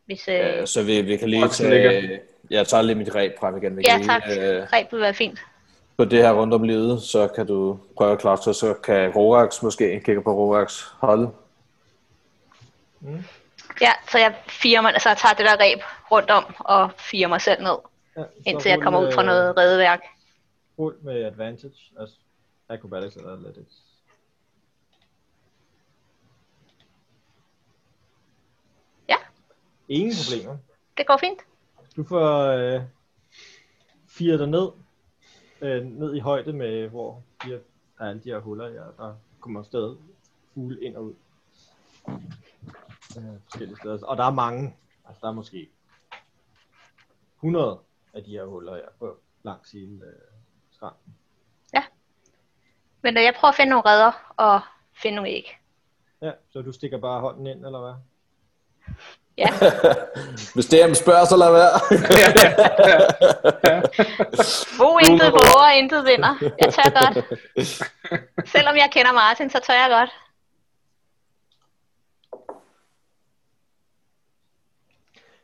Speaker 3: Hvis, øh,
Speaker 4: Øh, så vi, vi kan lige
Speaker 5: Rorax
Speaker 4: tage...
Speaker 5: ligger.
Speaker 4: Jeg tager lige mit ræb frem igen. Vi
Speaker 3: ja,
Speaker 4: kan
Speaker 3: tak.
Speaker 4: Lige, øh,
Speaker 3: Ræb vil være fint.
Speaker 4: på det her rundt om livet, så kan du prøve at klatre, så kan Rorax måske, jeg kigger på Rorax, holde.
Speaker 3: Ja, så jeg firer mig, altså jeg tager det der ræb rundt om og firer mig selv ned,
Speaker 2: Ja,
Speaker 3: indtil jeg kommer ud
Speaker 2: øh,
Speaker 3: fra noget redeværk.
Speaker 2: Rul med advantage, altså acrobatics eller athletics.
Speaker 3: Ja.
Speaker 2: Ingen problemer.
Speaker 3: Det går fint.
Speaker 2: Du får øh, fire dig ned, øh, ned i højde med, hvor de her, der er alle de her huller, ja, der kommer stadig fugle ind og ud. Øh, forskellige steder. Og der er mange. Altså, der er måske 100 af de her huller, ja, på langs hele øh, skrænten.
Speaker 3: Men øh, jeg prøver at finde nogle redder og finde nogle æg.
Speaker 2: Ja, så du stikker bare hånden ind, eller hvad?
Speaker 3: Ja,
Speaker 4: Hvis DM spørger, så lad være.
Speaker 5: Ja, ja, ja.
Speaker 3: bo intet
Speaker 5: redder.
Speaker 3: våger, intet vinder. Jeg tør godt. Selvom jeg kender Martin, så tør jeg godt.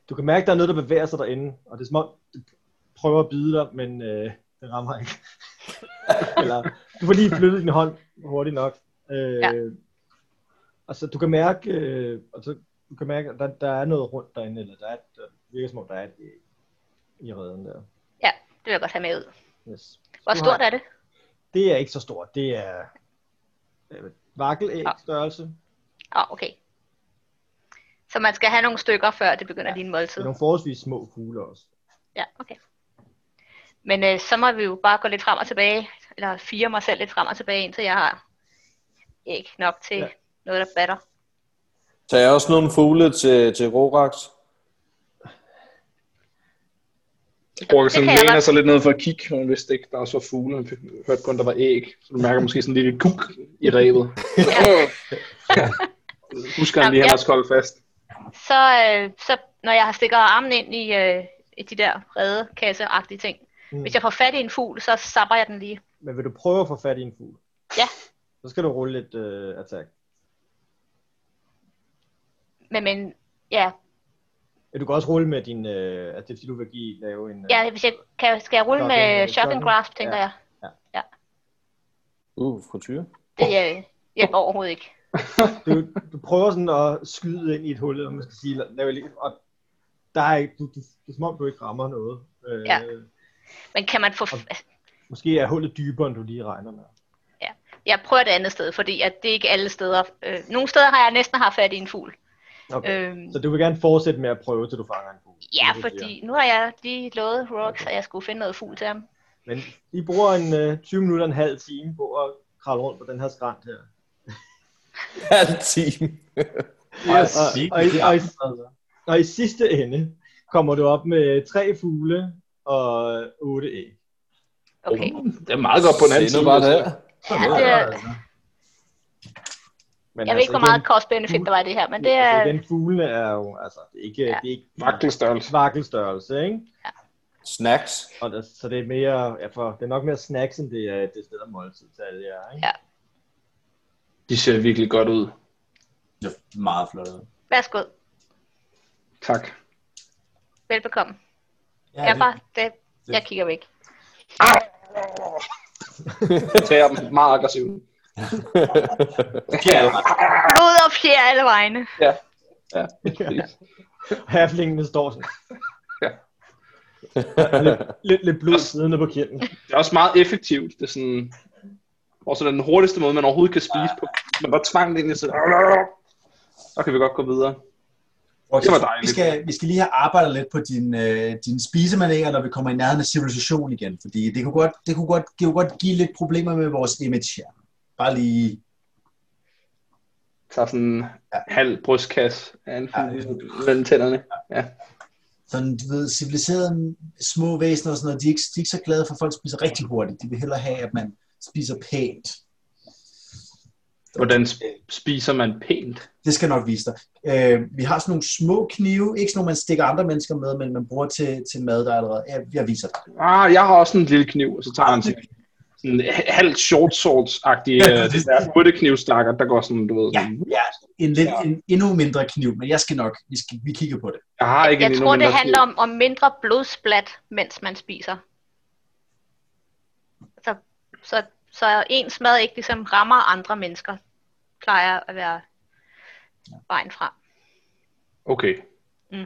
Speaker 2: Du kan mærke, at der er noget, der bevæger sig derinde, og det er som om, det prøver at bide dig, men øh, det rammer ikke. Eller, du får lige flyttet din hånd hurtigt nok. Øh, ja.
Speaker 3: Ja.
Speaker 2: Altså, du kan mærke, øh, altså, du kan mærke at der, der er noget rundt derinde, eller der, er, et- der virker som om, der er et æg i redden der.
Speaker 3: Ja, det vil jeg godt have med ud.
Speaker 2: Yes.
Speaker 3: Hvor
Speaker 2: Du har-
Speaker 3: stort er det?
Speaker 2: Det er ikke så stort. Det er øh, vakkelæg
Speaker 3: Ja.
Speaker 2: størrelse.
Speaker 3: Ah, okay. Så man skal have nogle stykker, før det begynder ja. at ligne
Speaker 2: Det er
Speaker 3: måltid.
Speaker 2: nogle forholdsvis små fugle også.
Speaker 3: Ja, okay. Men øh, så må vi jo bare gå lidt frem og tilbage, eller fire mig selv lidt frem og tilbage, indtil jeg har æg nok til
Speaker 2: Ja.
Speaker 3: ja. noget, der batter.
Speaker 4: Tager jeg også nogle fugle til, til Rorax?
Speaker 5: Brugger sådan
Speaker 3: kan jeg
Speaker 5: læner
Speaker 3: godt.
Speaker 5: sig lidt ned for at kigge, men hvis det ikke der også var fugle, han fik- hørte kun, der var æg. Så du mærker måske sådan en lille kuk i revet. Husker
Speaker 3: Jamen,
Speaker 5: han lige, at han
Speaker 3: jeg-
Speaker 5: også holdt fast.
Speaker 3: Så, øh, så når jeg har stikker armen ind i, øh, i de der brede kasseagtige ting,
Speaker 2: Mm.
Speaker 3: mm. hvis jeg får fat i en fugl, så sapper jeg den lige.
Speaker 2: Men vil du prøve at få fat i en fugl?
Speaker 3: Ja.
Speaker 2: Så skal du rulle lidt øh, attack.
Speaker 3: Men, men ja,
Speaker 2: Ja, Du kan også rulle med din... Øh, at det er fordi, du vil give, lave en... Øh,
Speaker 3: ja, hvis jeg, kan, skal jeg rulle
Speaker 2: Shotgun,
Speaker 3: med
Speaker 2: øh,
Speaker 3: shock and
Speaker 2: shotgun?
Speaker 3: grasp, tænker
Speaker 2: Ja.
Speaker 3: jeg.
Speaker 4: Uh, frityr.
Speaker 3: Det øh, hjælper overhovedet ikke.
Speaker 2: du, du prøver sådan at skyde ind i et hul, eller man skal sige, la- lave lige, og der er ikke, du, du, det er som om, du ikke rammer noget. Øh,
Speaker 3: Ja. Men kan man få... altså, F-
Speaker 2: Måske er hullet dybere, end du lige regner med.
Speaker 3: jeg prøver et andet sted, fordi at det er ikke alle steder. Øh, nogle steder har jeg næsten har fat i en fugl.
Speaker 2: Okay.
Speaker 3: Øh,
Speaker 2: Så du vil gerne fortsætte med at prøve, til du fanger en fugl.
Speaker 3: ja,
Speaker 2: Det er det, du siger.
Speaker 3: fordi nu har jeg lige lovet Rox, at jeg skulle finde noget fugl til ham.
Speaker 2: Men I bruger en øh, 20 minutter, en halv time på at kravle rundt på den her skrant her.
Speaker 4: Halv time.
Speaker 6: Yes.
Speaker 2: Og, og, i, og, i, og i sidste ende kommer du op med tre fugle og otte æg.
Speaker 3: Okay.
Speaker 5: Det er meget godt på den anden side.
Speaker 4: Sindet var
Speaker 5: altså.
Speaker 4: det.
Speaker 3: Ja, det er,
Speaker 2: Men
Speaker 3: jeg ved ikke, hvor meget cost-benefit der var i det her, men det
Speaker 2: Altså,
Speaker 3: er...
Speaker 2: den fuglene er jo, altså, det er ikke, ja.
Speaker 3: Ja.
Speaker 2: det er ikke
Speaker 5: Vakkelstørrelse.
Speaker 2: vakkelstørrelse, ikke?
Speaker 4: Snacks.
Speaker 2: Og der, så det er mere, ja, for, det er nok mere snacks, end det er det sted, der måltid til alle jer, ikke?
Speaker 3: Ja.
Speaker 5: De ser virkelig godt ud.
Speaker 6: Det er meget flot. ud.
Speaker 3: Værsgo.
Speaker 5: Tak.
Speaker 3: Velbekomme.
Speaker 6: Ja,
Speaker 3: Jeg,
Speaker 6: det-
Speaker 3: bare, det, jeg kigger væk.
Speaker 5: Jeg tager dem meget aggressivt.
Speaker 6: Ja,
Speaker 3: Ud og fjer alle vegne.
Speaker 5: Ja, præcis.
Speaker 2: Haflingene står sådan
Speaker 5: Ja.
Speaker 2: lidt, lidt blod siddende på kinden.
Speaker 5: Det er også meget effektivt. Det er sådan... Også den hurtigste måde, man overhovedet kan spise på. Man bare tvang det ind i sig. Så kan vi godt gå videre.
Speaker 6: Okay,
Speaker 5: Det var dejligt.
Speaker 6: Vi skal, vi skal lige have arbejdet lidt på din, øh, din spisemanerer, når vi kommer i nærheden af civilisation igen, fordi det kunne godt, det kunne godt, det kunne godt give lidt problemer med vores image her. Bare lige...
Speaker 5: tager sådan en halv brystkasse af en fugl mellem tænderne.
Speaker 6: sådan, du ved, civiliserede små væsener og sådan noget, de er, ikke, de er ikke så glade for, at folk spiser rigtig hurtigt. De vil hellere have, at man spiser pænt.
Speaker 5: Hvordan sp- spiser man pænt?
Speaker 6: Det skal jeg nok vise dig. Øh, vi har sådan nogle små knive, ikke sådan nogle, man stikker andre mennesker med, men man bruger til, til mad, der er allerede. Jeg, jeg viser dig.
Speaker 5: Ah, jeg har også en lille kniv, og så tager han sådan sådan en halv short swords-agtig
Speaker 6: Ja,
Speaker 5: øh,
Speaker 6: præcis.
Speaker 5: der hurtigknivslakker, der går sådan, du ved.
Speaker 6: Ja,
Speaker 5: Sådan.
Speaker 6: ja en, lidt,
Speaker 5: Ja.
Speaker 6: en endnu mindre kniv, men jeg skal nok, vi, skal, vi kigger på det.
Speaker 5: Jeg har ikke
Speaker 3: Jeg
Speaker 5: en endnu
Speaker 3: tror, det
Speaker 5: mindre
Speaker 3: handler
Speaker 5: kniv.
Speaker 3: om, om mindre blodsplat, mens man spiser. Så, så, så ens mad ikke ligesom rammer andre mennesker, plejer at være vejen frem.
Speaker 5: Okay.
Speaker 3: Mm.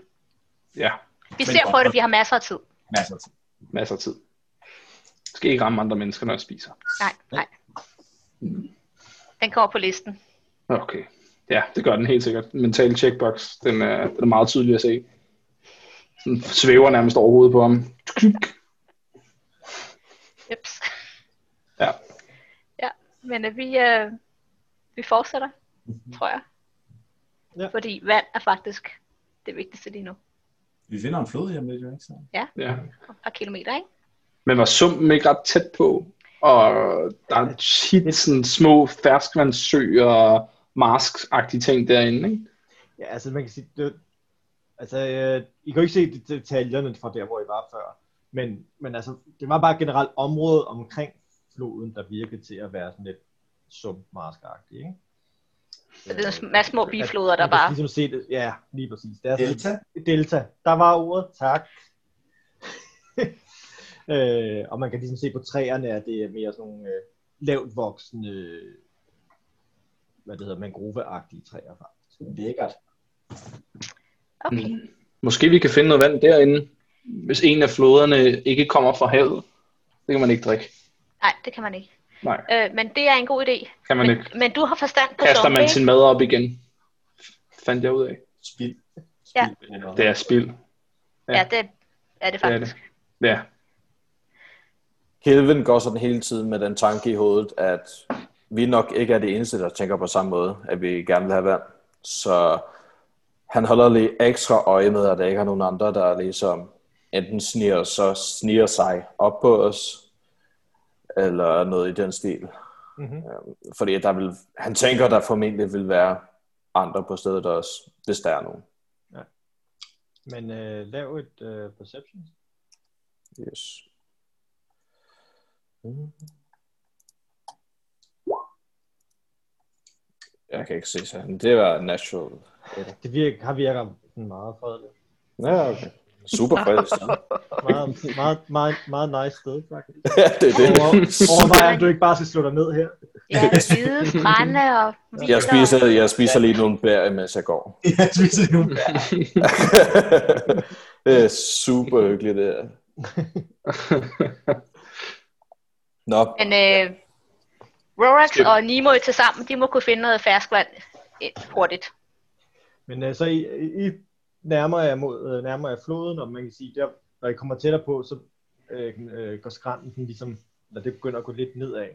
Speaker 5: Ja,
Speaker 3: Vi
Speaker 6: Men
Speaker 3: ser på
Speaker 6: hvorfor-
Speaker 3: det, vi har masser af tid.
Speaker 6: Masser af tid.
Speaker 5: masser af tid. Jeg skal ikke ramme andre mennesker, når jeg spiser.
Speaker 3: Nej, nej. Den kommer på listen.
Speaker 5: Okay. Ja, det gør den helt sikkert. Mental checkbox, den er, den er meget tydelig at se. Den svæver nærmest over hovedet på ham.
Speaker 3: Ups.
Speaker 5: Ja.
Speaker 3: Ja, men øh, vi, øh, vi fortsætter, tror jeg.
Speaker 2: Ja.
Speaker 3: Ja. Fordi vand er faktisk det vigtigste lige nu.
Speaker 6: Vi finder en flod hjemme lidt, jo, ikke så?
Speaker 5: Ja.
Speaker 3: Et par kilometer, ikke?
Speaker 5: Men var sumpen ikke ret tæt på? Og der er tit sådan små ferskvandssøer og marskagtige ting derinde, ikke?
Speaker 2: Ja, altså man kan sige, det, altså øh, I kan jo ikke se det- detaljerne fra der, hvor I var før, men, men altså, det var bare et generelt område omkring floden, der virkede til at være sådan lidt sumpmarskagtigt, ikke?
Speaker 3: Så det er en masse små bifloder,
Speaker 2: At-
Speaker 3: der
Speaker 2: man kan
Speaker 3: bare...
Speaker 2: Ligesom se det, ja, lige præcis. Det er sådan,
Speaker 6: Delta?
Speaker 2: Delta. Der var ordet, tak. øh, og man kan ligesom se på træerne, at det er mere sådan nogle øh, lavt voksende, øh, hvad det hedder, mangroveagtige træer faktisk.
Speaker 6: Lækkert.
Speaker 3: Okay.
Speaker 5: Måske vi kan finde noget vand derinde, hvis en af floderne ikke kommer fra havet. Det kan man ikke drikke.
Speaker 3: Nej, det kan man ikke.
Speaker 5: Nej,
Speaker 3: Øh, men det er en god idé.
Speaker 5: kan man
Speaker 3: Men,
Speaker 5: ikke.
Speaker 3: men du har forstand på
Speaker 5: Kaster
Speaker 3: zombie,
Speaker 5: man
Speaker 3: ikke?
Speaker 5: sin mad op igen. Fandt jeg ud af.
Speaker 6: Spild.
Speaker 3: Ja.
Speaker 6: Spild.
Speaker 5: Det er spild.
Speaker 3: Ja, det er det
Speaker 5: Det er det.
Speaker 3: faktisk.
Speaker 5: Ja,
Speaker 4: Kelvin går sådan hele tiden med den tanke i hovedet, at vi nok ikke er det eneste, der tænker på samme måde, at vi gerne vil have vand. Så han holder lige ekstra øje med, at der ikke er nogen andre, der ligesom enten sniger, så sniger sig op på os, eller noget i den stil. Øhm,
Speaker 2: Mm-hmm.
Speaker 4: Fordi der vil, han tænker, der formentlig vil være andre på stedet også, hvis der er nogen.
Speaker 2: Men øh, lav et øh, perception.
Speaker 4: Yes. Mm. Jeg kan ikke se sådan. Det var natural.
Speaker 2: Det virker, har virker sådan meget fredeligt.
Speaker 4: Ja, okay. Super fredeligt sted.
Speaker 2: Meget, meget, meget, meget nice sted, faktisk.
Speaker 4: ja, det er det.
Speaker 2: Over, overvej, om du ikke bare skal slå dig ned her.
Speaker 3: Ja, hvide brænde og vildt.
Speaker 4: Jeg spiser, jeg spiser lige nogle bær, mens jeg går.
Speaker 6: Jeg spiser nu. Ja.
Speaker 4: det er super hyggeligt, det her. Nå,
Speaker 3: Men øh, Rorax
Speaker 5: Skal-
Speaker 3: og Nemo til sammen, de må kunne finde noget ferskvand ind hurtigt.
Speaker 2: Men øh, så I, I nærmer jer mod, øh, nærmer jer floden, og man kan sige, der, når I kommer tættere på, så øh, den, øh, går skrænten sådan ligesom, når det begynder at gå lidt nedad,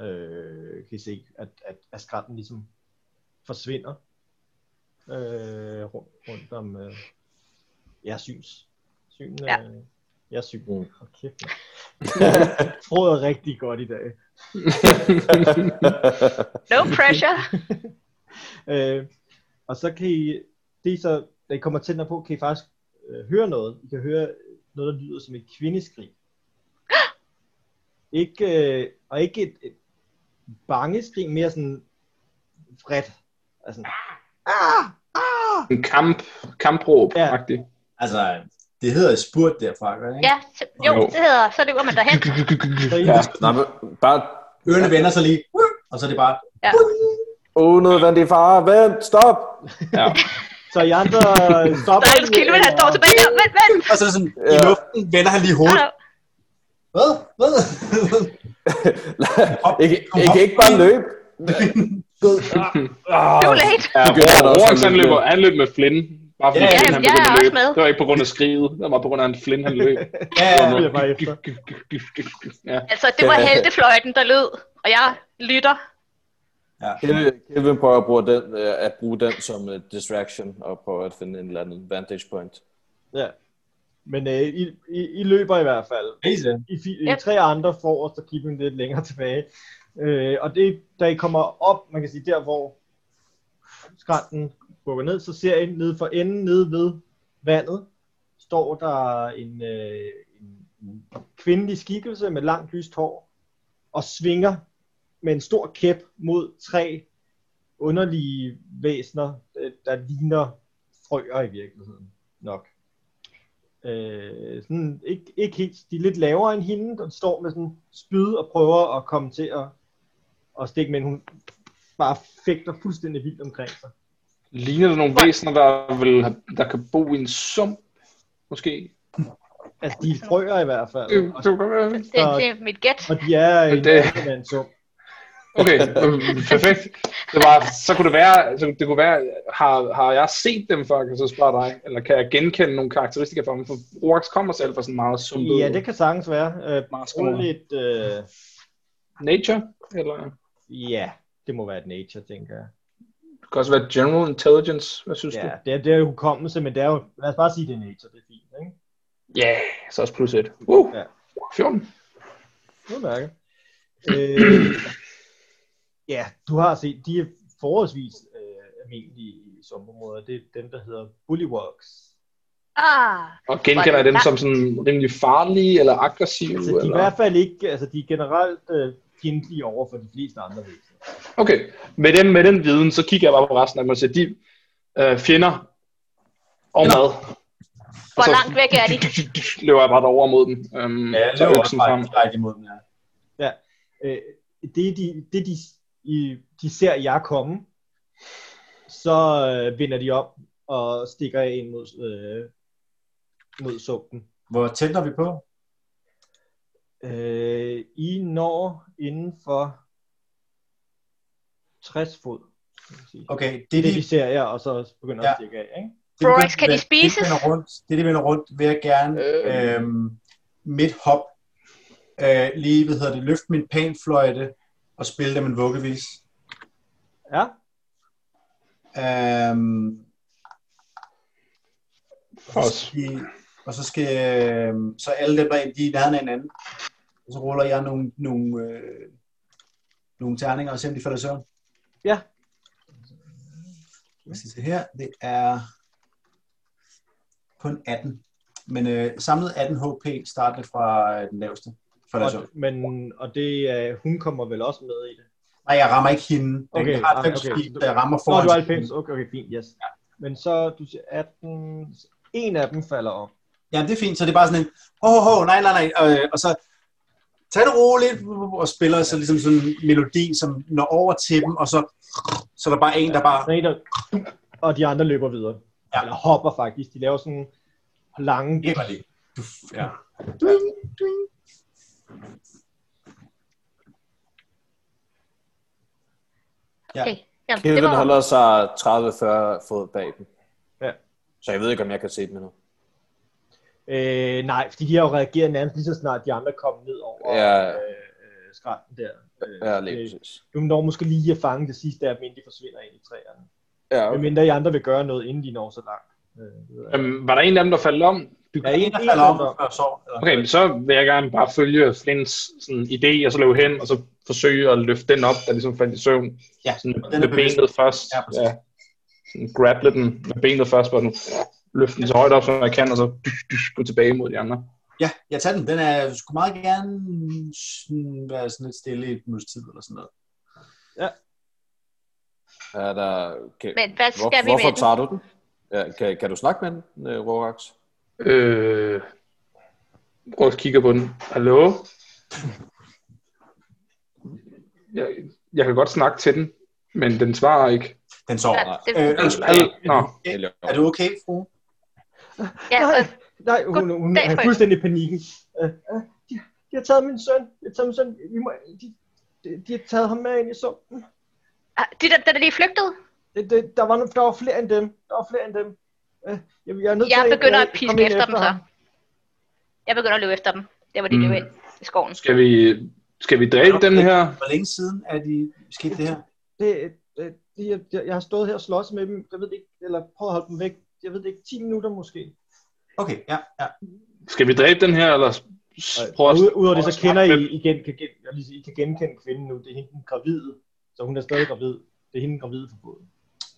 Speaker 2: øh, kan I se, at, at, at skrænten ligesom forsvinder øh, rundt, rundt om øh, jeres syns. Syn,
Speaker 3: Ja.
Speaker 2: øh, jeg syn.
Speaker 4: Mm.
Speaker 2: Mm. Hold kæft, man. Frode er rigtig godt i dag.
Speaker 3: No pressure.
Speaker 2: Øh, og så kan I, det I så, da I kommer tættere på, kan I faktisk øh, høre noget. I kan høre noget, der lyder som et kvindeskrig. Ikke, øh, og ikke et, et bangeskrig, mere sådan vredt. Altså,
Speaker 5: En kamp, kampråb,
Speaker 2: Ja.
Speaker 5: ja.
Speaker 6: Altså, det hedder et spurt derfra, gør det ikke?
Speaker 3: Ja, så, jo,
Speaker 5: Jo.
Speaker 3: det hedder, så løber man derhen.
Speaker 2: så I,
Speaker 5: Ja.
Speaker 2: ja.
Speaker 4: nej, men bare
Speaker 6: Ørerne vender sig lige, og så er det bare...
Speaker 4: unødvendig fare. Vent, stop!
Speaker 5: ja.
Speaker 2: så I andre øh, stopper.
Speaker 3: Stakkels Kilvin, han står tilbage der. Vent, vent.
Speaker 6: Og så er det sådan, i
Speaker 4: Ja.
Speaker 6: luften vender han lige hovedet.
Speaker 3: Hallo.
Speaker 6: Hvad? Hvad?
Speaker 4: ikke, ikke, ikke bare løb.
Speaker 3: Too late.
Speaker 5: Ja,
Speaker 4: Det gjorde han også,
Speaker 5: Rorax,
Speaker 4: han
Speaker 5: han
Speaker 4: løb.
Speaker 5: løber, han løb med Flynn. Bare fordi
Speaker 6: Ja,
Speaker 3: ja,
Speaker 5: Flynn, han
Speaker 3: jeg
Speaker 5: begyndte
Speaker 3: er
Speaker 5: at
Speaker 3: også
Speaker 5: løbe.
Speaker 3: med.
Speaker 5: Det var ikke på grund af skriget, det var på grund af, at Flynn han løb.
Speaker 6: ja,
Speaker 2: Ja, jeg bare efter.
Speaker 5: Ja.
Speaker 3: Altså, det var heltefløjten, der lød, og jeg lytter.
Speaker 4: Kevin- Kevin prøver at bruge, den, øh, at bruge den som øh, distraction og prøver at finde en eller anden vantage point.
Speaker 2: Ja. Men øh, I, I, I, løber i hvert fald.
Speaker 6: ja.
Speaker 2: I, fi-
Speaker 3: Ja.
Speaker 2: I tre andre forrest og Kippen lidt længere tilbage. Øh, og det, da I kommer op, man kan sige, der hvor skrænten bukker ned, så ser I nede for enden, nede ved vandet, står der en, øh, en, en kvindelig skikkelse med langt lyst hår, og svinger med en stor kæp mod tre underlige væsner, øh, der ligner frøer i virkeligheden nok. Øh, sådan, ikke, ikke helt, de er lidt lavere end hende, der står med sådan spyd og prøver at komme til at, at stikke, men hun bare fægter fuldstændig vildt omkring sig.
Speaker 5: Ligner der nogle væsener, der, vil have, der kan bo i en sum? Måske?
Speaker 2: Altså, de er frøer i hvert fald,
Speaker 5: Det-
Speaker 2: og,
Speaker 5: det kunne godt være.
Speaker 3: Det, det er mit gæt.
Speaker 2: og de er i
Speaker 5: Men det-
Speaker 2: nærheden af en sum.
Speaker 5: Okay, øhm, perfekt. Det var, så kunne det være, så det kunne være har, har jeg set dem før, kan jeg så spørge dig? Eller kan jeg genkende nogle karakteristika fra dem? For Rorax kommer selv fra sådan meget sumpet.
Speaker 2: Ja, det kan sagtens være. Øh,
Speaker 5: Meget
Speaker 2: brug
Speaker 5: skummel.
Speaker 2: lidt, øh,
Speaker 5: Nature? Eller
Speaker 2: ja, det må være et nature, tænker jeg.
Speaker 5: det kan også være general intelligence, hvad synes du?
Speaker 2: Ja, det er, det er jo hukommelse, men det er jo, lad os bare sige, det er nature, det er fint, ikke?
Speaker 5: Ja, yeah, så også plus et. Uh,
Speaker 2: Ja.
Speaker 5: 14.
Speaker 2: Udmærket. Øh, ja, du har set, de er forholdsvis øh, almindelige i sommerområder. Det er dem, der hedder bullywogs.
Speaker 3: Ah,
Speaker 5: Og genkender jeg dem
Speaker 3: Var det
Speaker 5: som sådan rimelig farlige eller aggressive?
Speaker 2: Altså, de er i
Speaker 5: eller?
Speaker 2: hvert fald ikke, altså de er generelt øh, fjendtlige over for de fleste andre væsener.
Speaker 5: Okay, med den, med den viden, så kigger jeg bare på resten af dem og siger, de øh, fjender og mad.
Speaker 3: hvor langt væk er de?
Speaker 5: løber jeg bare derover mod dem. Øhm,
Speaker 6: Ja,
Speaker 5: ja,
Speaker 6: det
Speaker 5: så
Speaker 6: var også
Speaker 5: øksen frem.
Speaker 6: bare direkte imod den her.
Speaker 2: Øh, det, de, det de, i, de ser jer komme, så øh, vender de op og stikker jer ind mod, øh, mod sumpen.
Speaker 6: Hvor tæt er vi på?
Speaker 2: Øh, I når inden for 60 fod. kan man sige. Det
Speaker 6: Okay, det,
Speaker 2: er det,
Speaker 6: det,
Speaker 2: de ser jer, og så begynder ja.
Speaker 6: Ja.
Speaker 2: at stikke af, ikke?
Speaker 6: det,
Speaker 3: Rorax, kan de spises?
Speaker 6: Det, de vender rundt, det, de vender rundt, vil jeg gerne
Speaker 5: Øh.
Speaker 6: øh. øhm, midt hop, øh, lige, hvad hedder det, løfte min panfløjte, og spille dem en vuggevis.
Speaker 2: Ja,
Speaker 6: Øhm, og, så
Speaker 5: Fos.
Speaker 6: skal, I- og så skal øhm, så alle dem, der er- de er i nærheden af hinanden. Og så ruller jeg nogle, nogle, øh, nogle terninger og ser, om de falder i søvn.
Speaker 2: Ja.
Speaker 6: Hvad skal jeg se her? Det er kun 18. Men øh, samlet 18 HP startende fra øh, den laveste. Falder i søvn.
Speaker 2: og, men, og det, øh, hun kommer vel også med i det.
Speaker 6: Nej, jeg rammer ikke hende.
Speaker 2: Okay,
Speaker 6: jeg har
Speaker 2: ah,
Speaker 6: 5
Speaker 2: okay.
Speaker 6: okay. så jeg rammer
Speaker 2: Nå,
Speaker 6: foran.
Speaker 2: du er 90, okay, okay, fint, yes. Men så, du siger 18, en af dem falder om.
Speaker 6: Ja, det er fint. Så det er bare sådan en, åh, oh, oh, nej, nej, nej. Og, og så tag det roligt, og spiller så ligesom sådan en melodi, som når over til dem, og så, så er der bare en, der bare...
Speaker 2: Der er en, der, og de andre løber videre.
Speaker 6: Ja.
Speaker 2: Ja. Eller hopper faktisk. De laver sådan lange...
Speaker 6: Det var det. Duf, ja. Ja.
Speaker 3: Okay. Jamen, det
Speaker 4: Kevin
Speaker 3: var...
Speaker 4: holder sig 30-40 fod bag dem.
Speaker 2: Ja.
Speaker 4: Så jeg ved ikke, om jeg kan se dem endnu.
Speaker 2: Øh, nej, fordi de har jo reageret nærmest lige så snart de andre kom ned over
Speaker 4: Ja.
Speaker 2: øh, øh, skrænten der. Øh,
Speaker 4: Ja,
Speaker 2: så
Speaker 4: lige
Speaker 2: det-
Speaker 4: præcis.
Speaker 2: Du når måske lige at fange det sidste af dem, inden de forsvinder ind i træerne.
Speaker 4: Ja,
Speaker 2: Okay.
Speaker 4: okay.
Speaker 2: Medmindre I andre vil gøre noget, inden de når så langt. Øh, det ved jeg ikke.
Speaker 5: Øhm, var der en af dem, der faldt om? Du,
Speaker 6: Der er en, der
Speaker 2: En,
Speaker 6: falder
Speaker 2: der
Speaker 6: om
Speaker 2: falder om.
Speaker 6: og sover. Eller?
Speaker 5: Okay, men så vil jeg gerne bare følge Flints sådan, idé, og så løbe hen, og så forsøge at løfte den op, der ligesom faldt i søvn.
Speaker 6: Ja,
Speaker 5: Sådan,
Speaker 6: er
Speaker 5: med
Speaker 6: bevidst.
Speaker 5: benet først.
Speaker 6: Ja, præcis.
Speaker 5: Ja, sådan, grapple den med benet først, og løfte den så højt op, som jeg kan, og så dysh, dysh, gå tilbage mod de andre.
Speaker 6: Ja, jeg tager den. Den er sgu meget gerne sådan, være sådan lidt stille i et minuts tid eller sådan noget.
Speaker 4: Er der... Kan,
Speaker 3: Men hvad skal
Speaker 4: hvor,
Speaker 3: vi med
Speaker 4: hvorfor
Speaker 3: den?
Speaker 4: tager du den? Ja, kan, kan du snakke med den, øh, Rorax?
Speaker 5: Øh, prøv at kigge på den. Hallo? Jeg, jeg kan godt snakke til den, men den svarer ikke.
Speaker 6: Den sover.
Speaker 3: Ja, det,
Speaker 6: Øh,
Speaker 5: Hallo? Nå,
Speaker 4: Eller,
Speaker 6: er du okay, fru?
Speaker 3: ja,
Speaker 2: Nej,
Speaker 3: øh,
Speaker 2: nej, hun, hun
Speaker 3: Goddag,
Speaker 2: er
Speaker 3: frøken.
Speaker 2: fuldstændig i panikken. Øh, øh, de, de har taget min søn. De har taget min søn. Vi må, de, de, de har taget ham med ind i sumpen.
Speaker 3: ah, de der, der er lige flygtet.
Speaker 2: Det, det, der, var, nu- der var flere end dem. Der var flere end dem. Øh, jeg, jeg, er nødt
Speaker 3: Jeg
Speaker 2: til
Speaker 3: begynder at
Speaker 2: øh, komme
Speaker 3: piske
Speaker 2: ind
Speaker 3: efter dem så.
Speaker 2: ham.
Speaker 3: Jeg begynder at løbe efter dem. Der var de
Speaker 5: Mm.
Speaker 3: løb ind i skoven.
Speaker 5: skal vi, skal vi dræbe den her?
Speaker 6: Hvor længe siden er de sket det her?
Speaker 2: Det, det, det, jeg, jeg, jeg har stået her og slås med dem. Jeg ved ikke, eller prøvet at holde dem væk. Jeg ved det ikke, 10 minutter måske.
Speaker 6: Okay, ja, ja.
Speaker 5: Skal vi dræbe den her, eller s- s- prøve at...
Speaker 2: Ud- Udover det,
Speaker 5: prøv at
Speaker 2: så kender
Speaker 5: snakke
Speaker 2: I, I, gen, kan, gen, jeg vil sige, I kan genkende kvinden nu. Det er hende den gravide. Så hun er stadig gravid. Det er hende den gravide for både.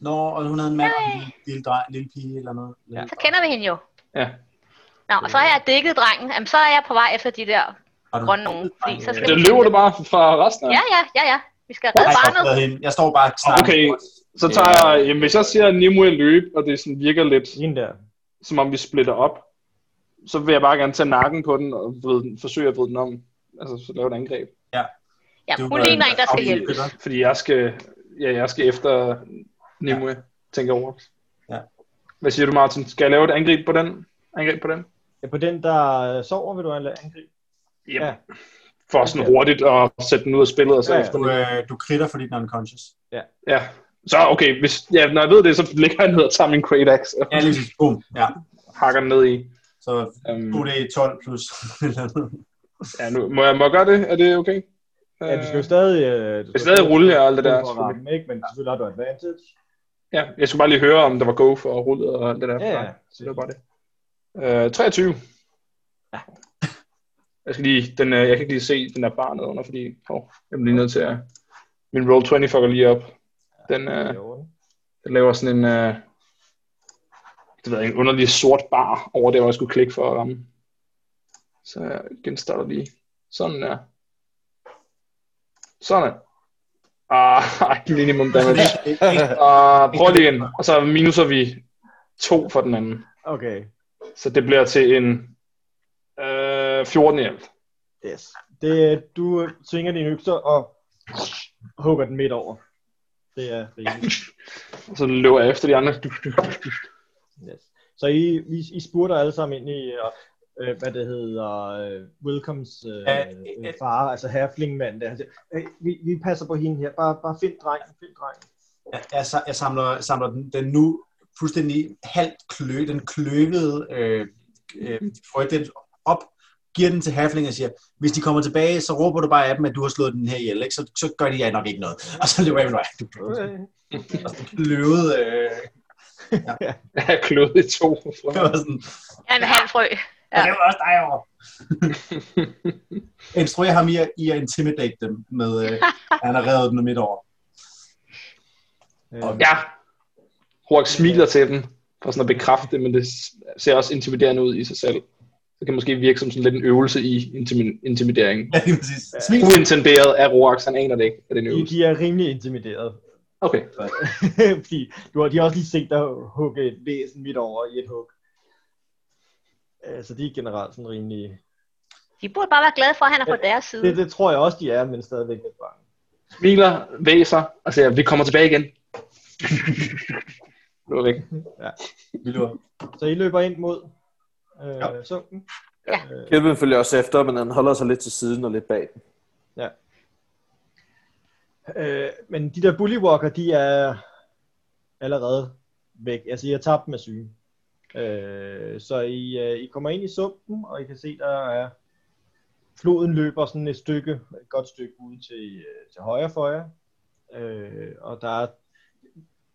Speaker 6: Nå, og hun havde en mand og en lille, lille, dreng, en lille pige eller noget. Ja.
Speaker 3: Så kender vi hende jo.
Speaker 5: Ja.
Speaker 3: Nå, og så har jeg dækket drengen. Jamen, så er jeg på vej efter de der
Speaker 6: Har du-
Speaker 3: grønne nogen. Fordi så skal
Speaker 5: Det
Speaker 3: vi
Speaker 5: løber du bare fra resten af
Speaker 3: Ja, ja, ja, ja. Vi skal
Speaker 6: Jeg
Speaker 3: redde
Speaker 6: har ikke
Speaker 3: barnet.
Speaker 6: opdaget hende. Jeg står bare og snakker.
Speaker 5: Okay, så tager jeg... Jamen, hvis jeg siger Nimue løb, og det sådan virker lidt,
Speaker 2: Hende der.
Speaker 5: som om vi splitter op, så vil jeg bare gerne tage nakken på den og vride, den- forsøge at vride den om. Altså, så lave et angreb.
Speaker 3: Ja,
Speaker 6: Det er jo
Speaker 3: hun
Speaker 6: bare-
Speaker 3: ligner en, der skal
Speaker 5: Fordi-
Speaker 3: hjælpe.
Speaker 5: Fordi jeg skal, ja, jeg skal efter Nimue, tænker over.
Speaker 6: Ja.
Speaker 5: Hvad siger du, Martin? Skal jeg lave et angreb på den? Angreb på den?
Speaker 2: Ja, på den, der sover, vil du alle angribe?
Speaker 5: Jamen,
Speaker 2: Ja.
Speaker 5: For sådan hurtigt at sætte den ud af spillet, og så
Speaker 2: Ja, ja.
Speaker 5: efter
Speaker 6: Du, øh, du kritter, fordi den er unconscious.
Speaker 5: Ja. Så okay, hvis, ja, når jeg ved det, så ligger han ned og tager min Great Axe og
Speaker 6: Ja, lige præcis. Boom. Ja.
Speaker 5: hakker den ned i.
Speaker 6: Så
Speaker 5: Um,
Speaker 6: du det er 12 plus. eller noget.
Speaker 5: ja, nu, må jeg må jeg gøre det? Er det okay?
Speaker 2: Ja, du skal jo stadig... Øh, du
Speaker 5: skal stadig rulle og alt det der,
Speaker 2: For at ramme, ikke? Men selvfølgelig har du advantage.
Speaker 5: ja, jeg skulle bare lige høre, om der var go for rullet og alt det der.
Speaker 2: Ja, ja.
Speaker 5: Så det var bare det. Uh, 23. Jeg, skal lige, den, øh, jeg kan ikke lige se den der bar nedenunder, fordi oh, jeg bliver lige nødt til at... Min roll 20 fucker lige op. Den, øh,
Speaker 2: Det er i orden.
Speaker 5: den laver sådan en... Øh, det ved jeg, ikke, en underlig sort bar over der, hvor jeg skulle klikke for at ramme. Så jeg genstarter lige. Sådan der. Sådan. Ah, minimum damage. Og prøv lige igen. Og så minuser vi to for den anden.
Speaker 2: Okay.
Speaker 5: Så det bliver til en øh, 14 i alt.
Speaker 2: Yes. Det, du svinger dine økser og hugger den midt over. Det er rimeligt.
Speaker 5: Og så løber jeg efter de andre. Du, du, du, du.
Speaker 2: Yes. Så I, I, I spurter alle sammen ind i, øh, øh, hvad det hedder, øh, Welcomes øh,
Speaker 6: Ja,
Speaker 2: øh,
Speaker 6: øh,
Speaker 2: far, altså herflingmanden der. Han siger, "Øh, Vi, vi passer på hende her. Bare, bare find drengen, find drengen.
Speaker 6: Jeg, jeg, sa- jeg samler, samler den, den nu fuldstændig halvt klø, den kløvede øh, øh, frø, den op, giver den til Halfling og siger, hvis de kommer tilbage, så råber du bare af dem, at du har slået den her ihjel, ikke? Så, så gør de ja, nok ikke noget. Og så løber jeg du løvet. Øh,
Speaker 5: Jeg er klået i to. fra.
Speaker 6: det var sådan,
Speaker 3: Han vil have en frø.
Speaker 6: ja. det var også dig over. Instruer ham i at, i at intimidate dem med, øh, at han har revet dem midt over.
Speaker 2: Øh,
Speaker 5: Ja. Hork smiler til dem, for sådan at bekræfte det, men det ser også intimiderende ud i sig selv. Det kan måske virke som sådan lidt en øvelse i intimi- intimidering.
Speaker 6: Ja, lige præcis. Smil.
Speaker 5: Uintenderet af Roax, han aner det ikke, at det er en
Speaker 2: de,
Speaker 5: øvelse.
Speaker 2: de er rimelig intimideret.
Speaker 5: Okay.
Speaker 2: Fordi du har, de har også lige set dig hugge et væsen midt over i et hug. Øh, Så de er generelt sådan rimelig...
Speaker 3: De burde bare være glade for, at han er på deres side.
Speaker 2: Det, det tror jeg også, de er, men stadigvæk lidt bange.
Speaker 5: Smiler, væser og siger, vi kommer tilbage igen. Nu er væk.
Speaker 6: Vi løber.
Speaker 2: Så I løber ind mod øh,
Speaker 5: Ja.
Speaker 2: ja. sumpen.
Speaker 3: Ja.
Speaker 2: Øh,
Speaker 4: Kelvin følger også efter, men han holder sig lidt til siden og lidt bag den.
Speaker 2: øh, men de der bullywalker, de er allerede væk. Altså, I har tabt dem af syge. Øh, så I, øh, I kommer ind i sumpen, og I kan se, der er... Floden løber sådan et stykke, et godt stykke ude til, øh, til højre for jer. Øh, og der er,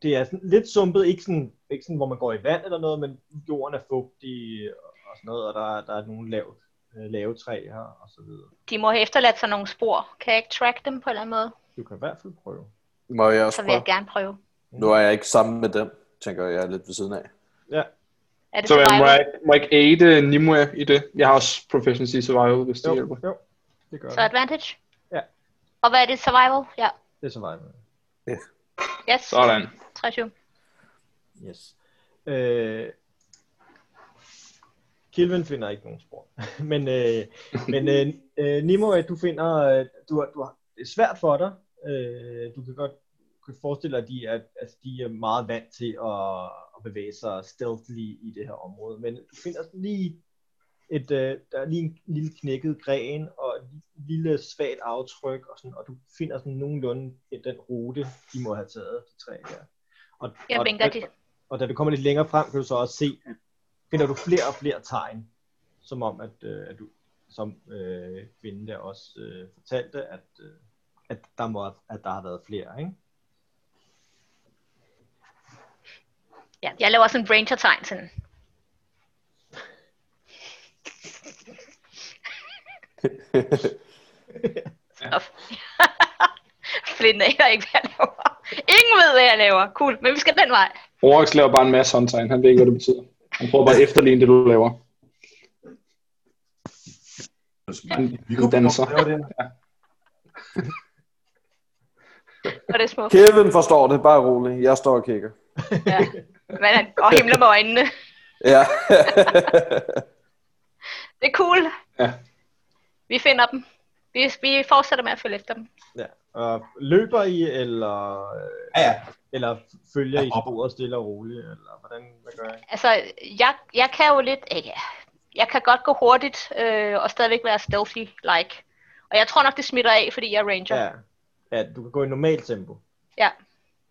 Speaker 2: det er sådan lidt sumpet, ikke sådan, ikke sådan, hvor man går i vand eller noget, men jorden er fugtig og sådan noget, og der, er- der er nogle lav, øh, lave træer og så videre.
Speaker 3: De må have efterladt sig nogle spor. Kan jeg ikke track dem på en eller anden måde?
Speaker 2: Du kan i hvert fald prøve.
Speaker 4: Må jeg
Speaker 3: Så
Speaker 4: også
Speaker 3: vil jeg
Speaker 4: prøve?
Speaker 3: gerne prøve.
Speaker 4: Nu er jeg ikke sammen med dem, tænker jeg er lidt ved siden af.
Speaker 2: Ja,
Speaker 3: Er det
Speaker 5: Så jeg må,
Speaker 3: survival?
Speaker 5: jeg, må jeg ikke aide Nimue i det? Jeg har også proficiency i survival, hvis det
Speaker 2: jo,
Speaker 5: hjælper.
Speaker 2: jo, det gør
Speaker 3: Så
Speaker 2: det.
Speaker 3: advantage?
Speaker 2: Ja.
Speaker 3: Og hvad er det? Survival? Ja.
Speaker 2: Det er survival.
Speaker 3: Yes.
Speaker 5: Sådan.
Speaker 3: 23.
Speaker 2: Yes. Øh, Kilvin finder ikke nogen spor. men øh, men øh, øh, Nimue, du finder, øh, du, har- du har, det er svært for dig. Øh, du kan godt kan forestille dig, at de er, altså, de er meget vant til at, at bevæge sig stealthily i det her område. Men du finder sådan lige et, øh, der er lige en lille knækket gren og et lille svagt aftryk, og, sådan, og du finder sådan nogenlunde den rute, de må have taget, de tre der. Og,
Speaker 3: Jeg
Speaker 2: og-
Speaker 3: vinker de.
Speaker 2: og da du kommer lidt længere frem, kan du så også se, at finder du flere og flere tegn, som om, at, øh, at du som øh, kvinde der også øh, fortalte, at, øh, at, der må, at der har været flere, ikke?
Speaker 3: Ja, jeg laver også en ranger-tegn sådan. Stop. Flint aner ikke, hvad jeg laver. Ingen ved, hvad jeg laver. Cool, men vi skal den vej.
Speaker 5: Roax laver bare en masse håndtegn. Han ved ikke, hvad det betyder. Han prøver bare at efterligne det, du laver. Vi kunne danser.
Speaker 3: Og det er smukt.
Speaker 4: Kevin forstår det, bare rolig. Jeg står og kigger.
Speaker 3: Ja. Men han går og himler med øjnene.
Speaker 4: Ja.
Speaker 3: Det er cool.
Speaker 5: Ja.
Speaker 3: Vi finder dem. Vi, vi fortsætter med at følge efter dem.
Speaker 2: Ja. Og løber I, eller,
Speaker 6: Ja, ja.
Speaker 2: eller følger I
Speaker 6: Ja, op.
Speaker 2: sporet stille og roligt, eller hvordan, hvad gør I?
Speaker 3: Altså, jeg, jeg kan jo lidt... Ikke, jeg kan godt gå hurtigt øh, og stadigvæk være stealthy-like. Og jeg tror nok, det smitter af, fordi jeg er ranger.
Speaker 2: Ja. ja, du kan gå i normalt tempo.
Speaker 3: Ja.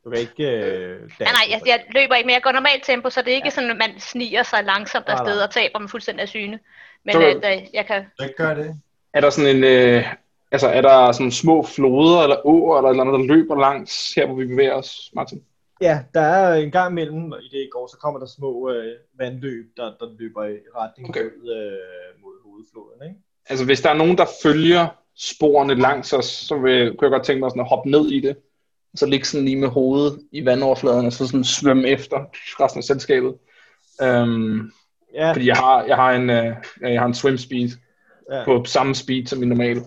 Speaker 2: Du kan ikke... Øh,
Speaker 3: Nej,
Speaker 2: danse,
Speaker 3: nej, jeg,
Speaker 2: for-
Speaker 3: jeg løber ikke, men jeg går normalt tempo, så det er ikke ja. sådan, at man sniger sig langsomt
Speaker 2: Nej,
Speaker 3: afsted
Speaker 2: nej.
Speaker 3: og taber dem fuldstændig af syne. Men
Speaker 5: Så-
Speaker 3: øh, da- jeg kan...
Speaker 6: Så ikke gør det.
Speaker 5: Er der sådan en... Øh, altså, er der sådan små floder eller åer eller et eller andet, der løber langs her, hvor vi bevæger os, Martin?
Speaker 2: Ja, der er en gang imellem, og i det i går, så kommer der små øh, vandløb, der, der løber i retning
Speaker 5: Okay.
Speaker 2: okay. mod, øh, mod hovedfloden. Ikke?
Speaker 5: Altså, hvis der er nogen, der følger sporene langs os, så vil, kunne jeg godt tænke mig sådan at hoppe ned i det. Og så ligge sådan lige med hovedet i vandoverfladen, og så sådan svømme efter resten af selskabet. Øhm,
Speaker 2: Ja,
Speaker 5: Fordi jeg har, jeg har, en, øh, jeg har en swim speed
Speaker 2: ja.
Speaker 5: på samme speed som min normale.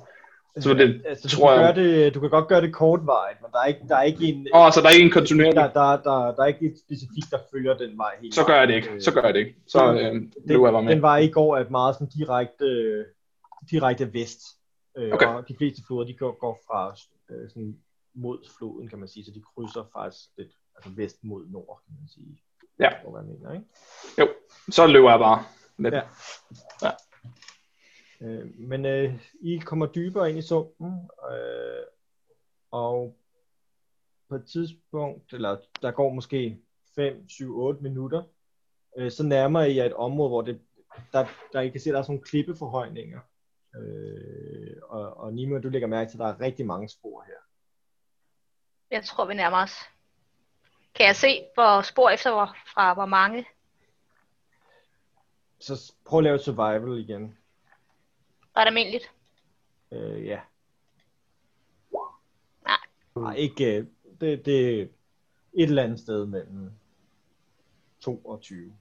Speaker 5: Så det
Speaker 2: Altså, du,
Speaker 5: tror
Speaker 2: kan
Speaker 5: jeg...
Speaker 2: gøre det, du kan godt gøre det kortvarigt, men der er ikke, der er ikke en...
Speaker 5: Åh, så der er ikke en kontinuerlig...
Speaker 2: Der, der, der, der er ikke et specifikt, der følger den vej hele
Speaker 5: Så gør jeg det ikke. Så gør jeg det ikke. Så øh, løber jeg bare
Speaker 2: den,
Speaker 5: med.
Speaker 2: den vej i går Mm. er meget sådan direkte, øh, direkte vest. Øh,
Speaker 5: Okay.
Speaker 2: okay. Og de fleste floder, de går, går fra øh, sådan mod floden, kan man sige, så de krydser faktisk lidt altså vest mod nord, kan man sige.
Speaker 5: Ja.
Speaker 2: Hvor man mener, ikke?
Speaker 5: Så løber jeg bare. Lidt.
Speaker 2: Ja. Øh, men øh, I kommer dybere ind i sumpen, øh, og på et tidspunkt, eller der går måske 5, 7, 8 minutter, øh, så nærmer I jer et område, hvor det, der, der I kan se, der er sådan nogle klippeforhøjninger, Øh, og, og Nima, du lægger mærke til, at der er rigtig mange spor her.
Speaker 3: Jeg tror, vi nærmer os. Kan jeg se, hvor spor efter hvor, fra hvor mange?
Speaker 2: Så s- prøv at lave et survival igen.
Speaker 3: Ret almindeligt.
Speaker 2: Øh, ja.
Speaker 3: Nej.
Speaker 2: Nej, ikke... øh, Det, det er et eller andet sted mellem 2 og 20.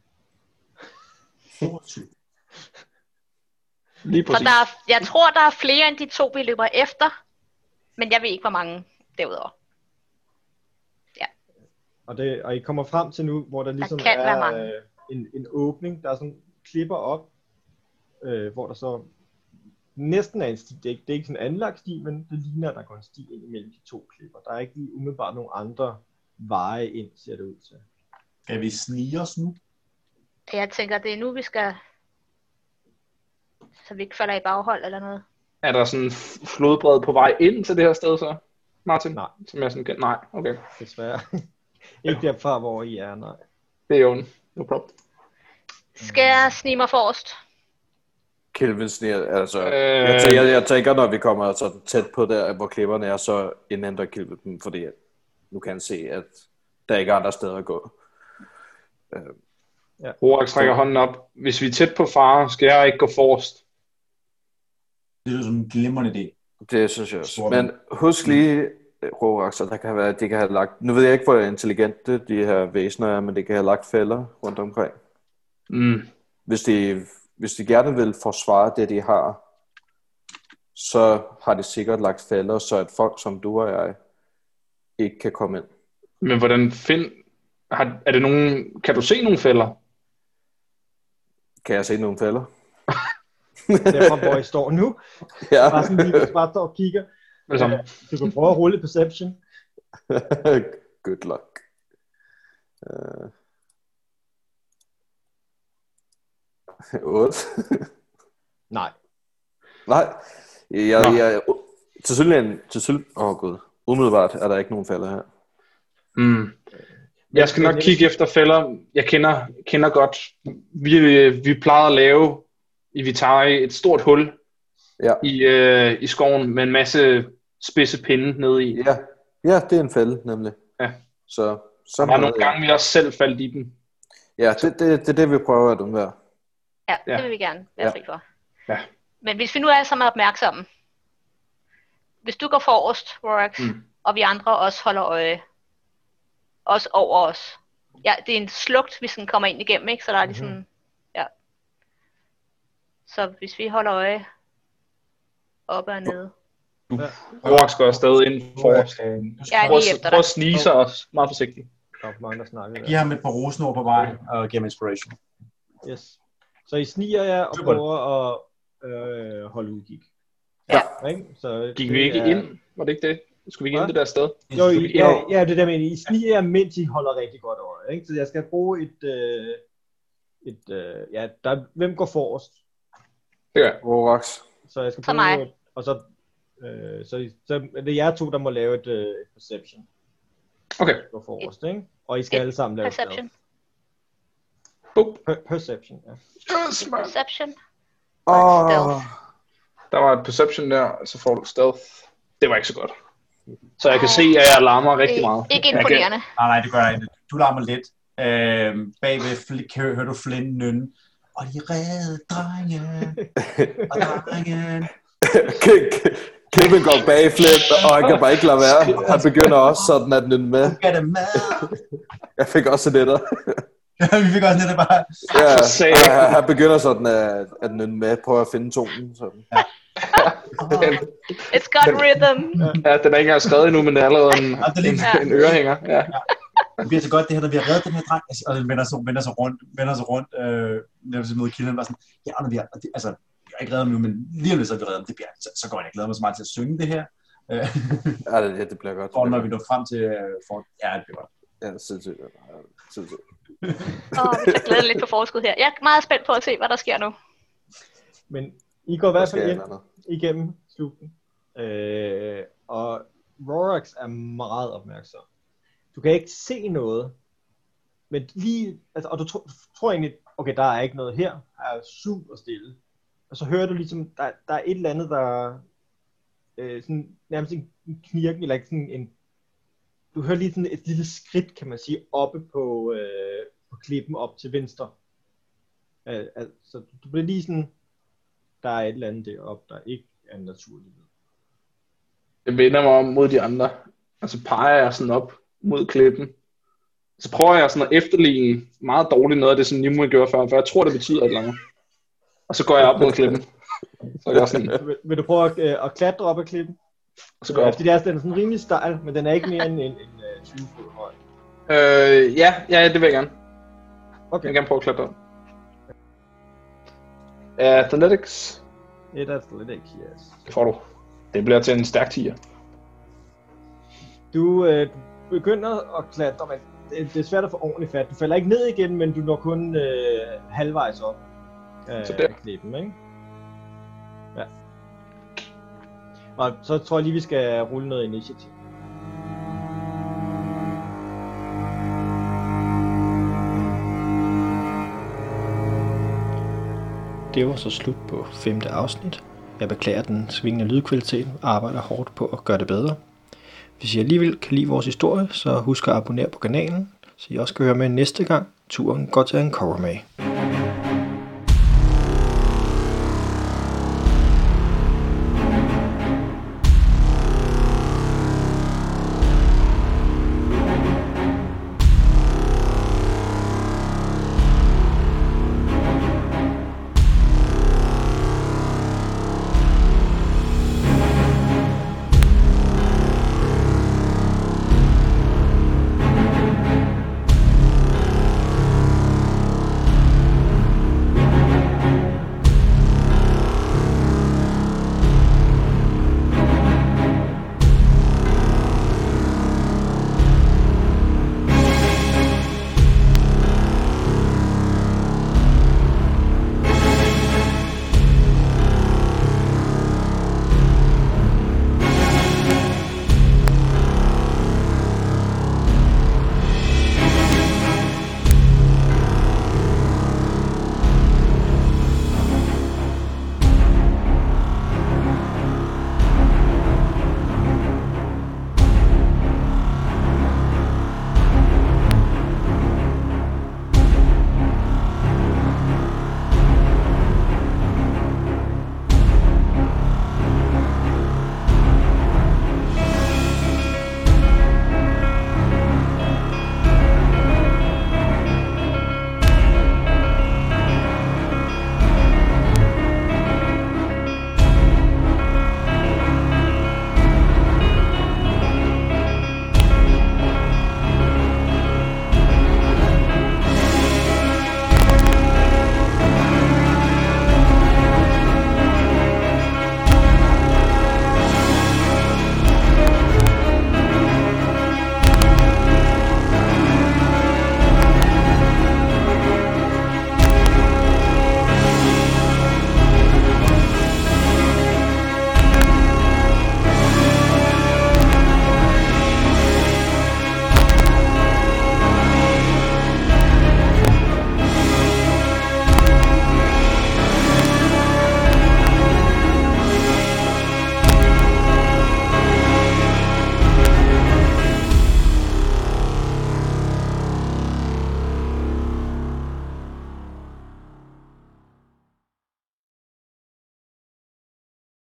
Speaker 6: 22.
Speaker 5: Lige
Speaker 3: For
Speaker 5: præcis.
Speaker 3: der er, jeg tror, der er flere end de to, vi løber efter. Men jeg ved ikke, hvor mange derudover.
Speaker 2: Og, det, og I kommer frem til nu, hvor der ligesom
Speaker 3: kan være
Speaker 2: er
Speaker 3: mange.
Speaker 2: øh, en, en åbning, der er sådan klipper op, øh, hvor der så næsten er en sti. Det er, ikke, det er ikke sådan en anlagt sti, men det ligner, at der går en sti ind imellem de to klipper. Der er ikke lige umiddelbart nogen andre veje ind, ser det ud til.
Speaker 6: Kan vi snige os nu?
Speaker 3: Jeg tænker, det er nu, vi skal... Så vi ikke falder i baghold eller noget.
Speaker 5: Er der sådan en f- flodbred på vej ind til det her sted så, Martin?
Speaker 2: Nej.
Speaker 5: Som jeg sådan kan... Nej, okay.
Speaker 2: Desværre. ikke derfra, hvor I er, nej.
Speaker 5: Det er jo en. No problem.
Speaker 3: Skal jeg snige mig forrest?
Speaker 4: Kelvin sniger, altså, øh...
Speaker 5: Øh.
Speaker 4: jeg, tænker, jeg, jeg tænker, når vi kommer så tæt på der, hvor klipperne er, så indhenter Kelvin dem, fordi at nu kan han se, at der ikke er andre steder at gå.
Speaker 5: Horak trækker hånden op. Hvis vi er tæt på fare, skal jeg ikke gå forrest.
Speaker 6: Det er jo som en glimrende idé.
Speaker 4: Det synes jeg også.
Speaker 6: Tror
Speaker 4: Men husk lige, Rorax, at der kan være, at de kan have lagt... Nu ved jeg ikke, hvor intelligente de her væsener er, men det kan have lagt fælder rundt omkring.
Speaker 5: Mm.
Speaker 4: Hvis de, hvis de gerne vil forsvare det, de har, så har de sikkert lagt fælder, så at folk som du og jeg ikke kan komme ind.
Speaker 5: Men hvordan find... Har, er det nogen... Kan du se nogle fælder?
Speaker 4: Kan jeg se nogle fælder?
Speaker 2: Derfra, hvor I står nu.
Speaker 4: Ja.
Speaker 2: Bare sådan lige, hvis I bare står og kigger.
Speaker 5: Med det samme.
Speaker 2: Du kan prøve at rulle perception.
Speaker 4: Good luck. Uh... 8.
Speaker 2: Nej.
Speaker 4: Nej, jeg,
Speaker 5: Nå.
Speaker 4: jeg, til synligheden, til syl... Åh oh, gud, umiddelbart er der ikke nogen falder her.
Speaker 5: Mm. Jeg skal nok kigge efter fælder. Jeg kender, kender godt. Vi, vi plejede at lave i Vitari et stort hul
Speaker 4: Ja.
Speaker 5: i, øh, i skoven med en masse spidse pinde nede i. Ja,
Speaker 4: Ja, ja det er en fælde nemlig.
Speaker 5: Ja.
Speaker 4: Så, så
Speaker 5: der er nogle gange, vi også selv faldt i den.
Speaker 4: Ja, det, det, det er det, vi prøver at undvære.
Speaker 3: Ja,
Speaker 5: Ja.
Speaker 3: det vil vi gerne være
Speaker 4: Ja.
Speaker 3: ja. fri for.
Speaker 5: Ja.
Speaker 3: Men hvis vi nu er sammen opmærksomme, hvis du går forrest, Rorax,
Speaker 5: Mm.
Speaker 3: mm. og vi andre også holder øje, også over os. Ja, det er en slugt, vi sådan kommer ind igennem, ikke? Så der er ligesom,
Speaker 5: Mhm.
Speaker 3: mm-hmm. ja. Så hvis vi holder øje op og ned.
Speaker 5: Rorak skal også stadig ind forrest.
Speaker 3: Jeg er
Speaker 5: Prøv,
Speaker 3: lige
Speaker 5: at-
Speaker 3: efter
Speaker 5: prøv
Speaker 3: dig.
Speaker 5: at snige sig også. Meget forsigtigt.
Speaker 2: Der er mange, der snakker
Speaker 6: Giv
Speaker 2: der.
Speaker 6: ham et par rosenord på vej og giv ham inspiration.
Speaker 2: Yes. Så I sniger jer og
Speaker 6: Super.
Speaker 2: prøver at øh, holde udkig.
Speaker 3: Ja.
Speaker 2: Ikke? Så
Speaker 5: Gik
Speaker 2: det
Speaker 5: vi ikke
Speaker 2: er-
Speaker 5: ind? Var det ikke det? Skulle vi ikke ind
Speaker 2: Hva?
Speaker 5: det der sted?
Speaker 2: Jo, I,
Speaker 5: Gik vi
Speaker 2: ja,
Speaker 5: ind?
Speaker 2: ja, det der med, at I sniger jer, mens I holder rigtig godt øje. Ikke? Så jeg skal bruge et... Øh, et øh, ja, der, hvem går forrest?
Speaker 5: Det gør jeg.
Speaker 4: Rorax.
Speaker 2: Så jeg skal
Speaker 3: Så
Speaker 2: bruge...
Speaker 3: mig.
Speaker 2: Et, og så, øh, så, I- så er det er jer to, der må lave et øh, et perception.
Speaker 5: Okay.
Speaker 2: Går forrest, ikke? Og I skal
Speaker 3: Et
Speaker 2: alle sammen lave
Speaker 3: Perception.
Speaker 2: stealth.
Speaker 5: Boop.
Speaker 2: Per- perception, ja.
Speaker 5: Yes, man.
Speaker 3: Perception.
Speaker 4: Åh,
Speaker 3: stealth.
Speaker 5: Der var et perception der, så får du stealth. Det var ikke så godt. Så jeg kan se, at jeg larmer rigtig
Speaker 3: Det er
Speaker 5: meget.
Speaker 3: Ikke
Speaker 5: Jeg kan-
Speaker 3: imponerende.
Speaker 6: Nej, nej, det gør jeg ikke. Du larmer lidt. Øhm, bagved fl- kan, hører du Flynn nynne. Og de redde drengen. Og drengen.
Speaker 4: Ke- Ke- Kevin går bag flip, og jeg kan bare ikke lade være. Han begynder også sådan at nynne med.
Speaker 6: Gør det med.
Speaker 4: Jeg fik også lidt af.
Speaker 6: vi fik også lidt af bare.
Speaker 4: Ja,
Speaker 5: For satan.
Speaker 4: han- han begynder sådan at, at nynne med. Prøver at finde tonen. Sådan.
Speaker 5: Den,
Speaker 3: It's got rhythm.
Speaker 5: ja, den er ikke engang skrevet endnu, men det er allerede en,
Speaker 6: Og det er lige,
Speaker 5: en ørehænger. Ja.
Speaker 6: det bliver så godt det her, når vi har reddet den her dreng. Altså, Og den vender sig, vender sig rundt, vender sig rundt, øh, når vi så møder kilden, bare sådan, ja, når vi har, og det, altså, vi har ikke reddet ham nu, men lige om lidt, så har vi reddet ham. Det bliver, så, så går jeg, jeg glæder mig så meget til at synge det her. Øh,
Speaker 4: Ja, det, ja, det bliver godt.
Speaker 6: og når vi når frem til, øh, for, ja, det bliver godt.
Speaker 4: Ja, sindssygt. Ja, sindssygt.
Speaker 3: Åh, vi tager glæden lidt på forskud her. Jeg er meget spændt på at se, hvad der sker nu.
Speaker 2: Men I går i hvert
Speaker 4: Måske
Speaker 2: fald
Speaker 4: et
Speaker 2: ind
Speaker 4: eller andet.
Speaker 2: igennem slugten. Øh, og Rorax er meget opmærksom. Du kan ikke se noget, men lige, altså, og du tro, tror egentlig, okay, der er ikke noget her, er super stille. og så hører du ligesom, der, der er et eller andet, der øh, sådan, nærmest en en knirken, eller ikke sådan en, du hører lige sådan et lille skridt, kan man sige, oppe på, øh, på klippen op til venstre. Øh, altså, du bliver lige sådan, der er et eller andet deroppe, der ikke er naturligt.
Speaker 5: Jeg vender mig om mod de andre, og så peger jeg sådan op mod klippen. Så prøver jeg sådan at efterligne meget dårligt noget af det, som Nimue gjorde før, for jeg tror, det betyder et eller andet. Og så går jeg op mod klippen. Så gør jeg sådan,
Speaker 2: Vil, vil du prøve at, øh, at klatre op ad klippen?
Speaker 5: og så går
Speaker 2: Ja,
Speaker 5: jeg
Speaker 2: fordi det er, den er sådan rimelig stejl, men den er ikke mere end en, en, øh, 20 fod høj.
Speaker 5: Øh, ja, ja, det vil jeg gerne. Jeg
Speaker 2: Okay.
Speaker 5: vil gerne prøve at klatre op. Athletics.
Speaker 2: Et er altså slet ikke, yes.
Speaker 5: Det får du. Det bliver til en stærk tiger.
Speaker 2: Du øh, begynder at klatre, men det, det er svært at få ordentligt fat. Du falder ikke ned igen, men du når kun øh, halvvejs op øh,
Speaker 5: Så
Speaker 2: så
Speaker 5: der.
Speaker 2: der. klippen, ikke? Ja. Og så tror jeg lige, vi skal rulle noget initiativ.
Speaker 7: Det var så slut på femte afsnit. Jeg beklager den svingende lydkvalitet og arbejder hårdt på at gøre det bedre. Hvis I alligevel kan lide vores historie, så husk at abonnere på kanalen, så I også kan høre med næste gang turen går til en med.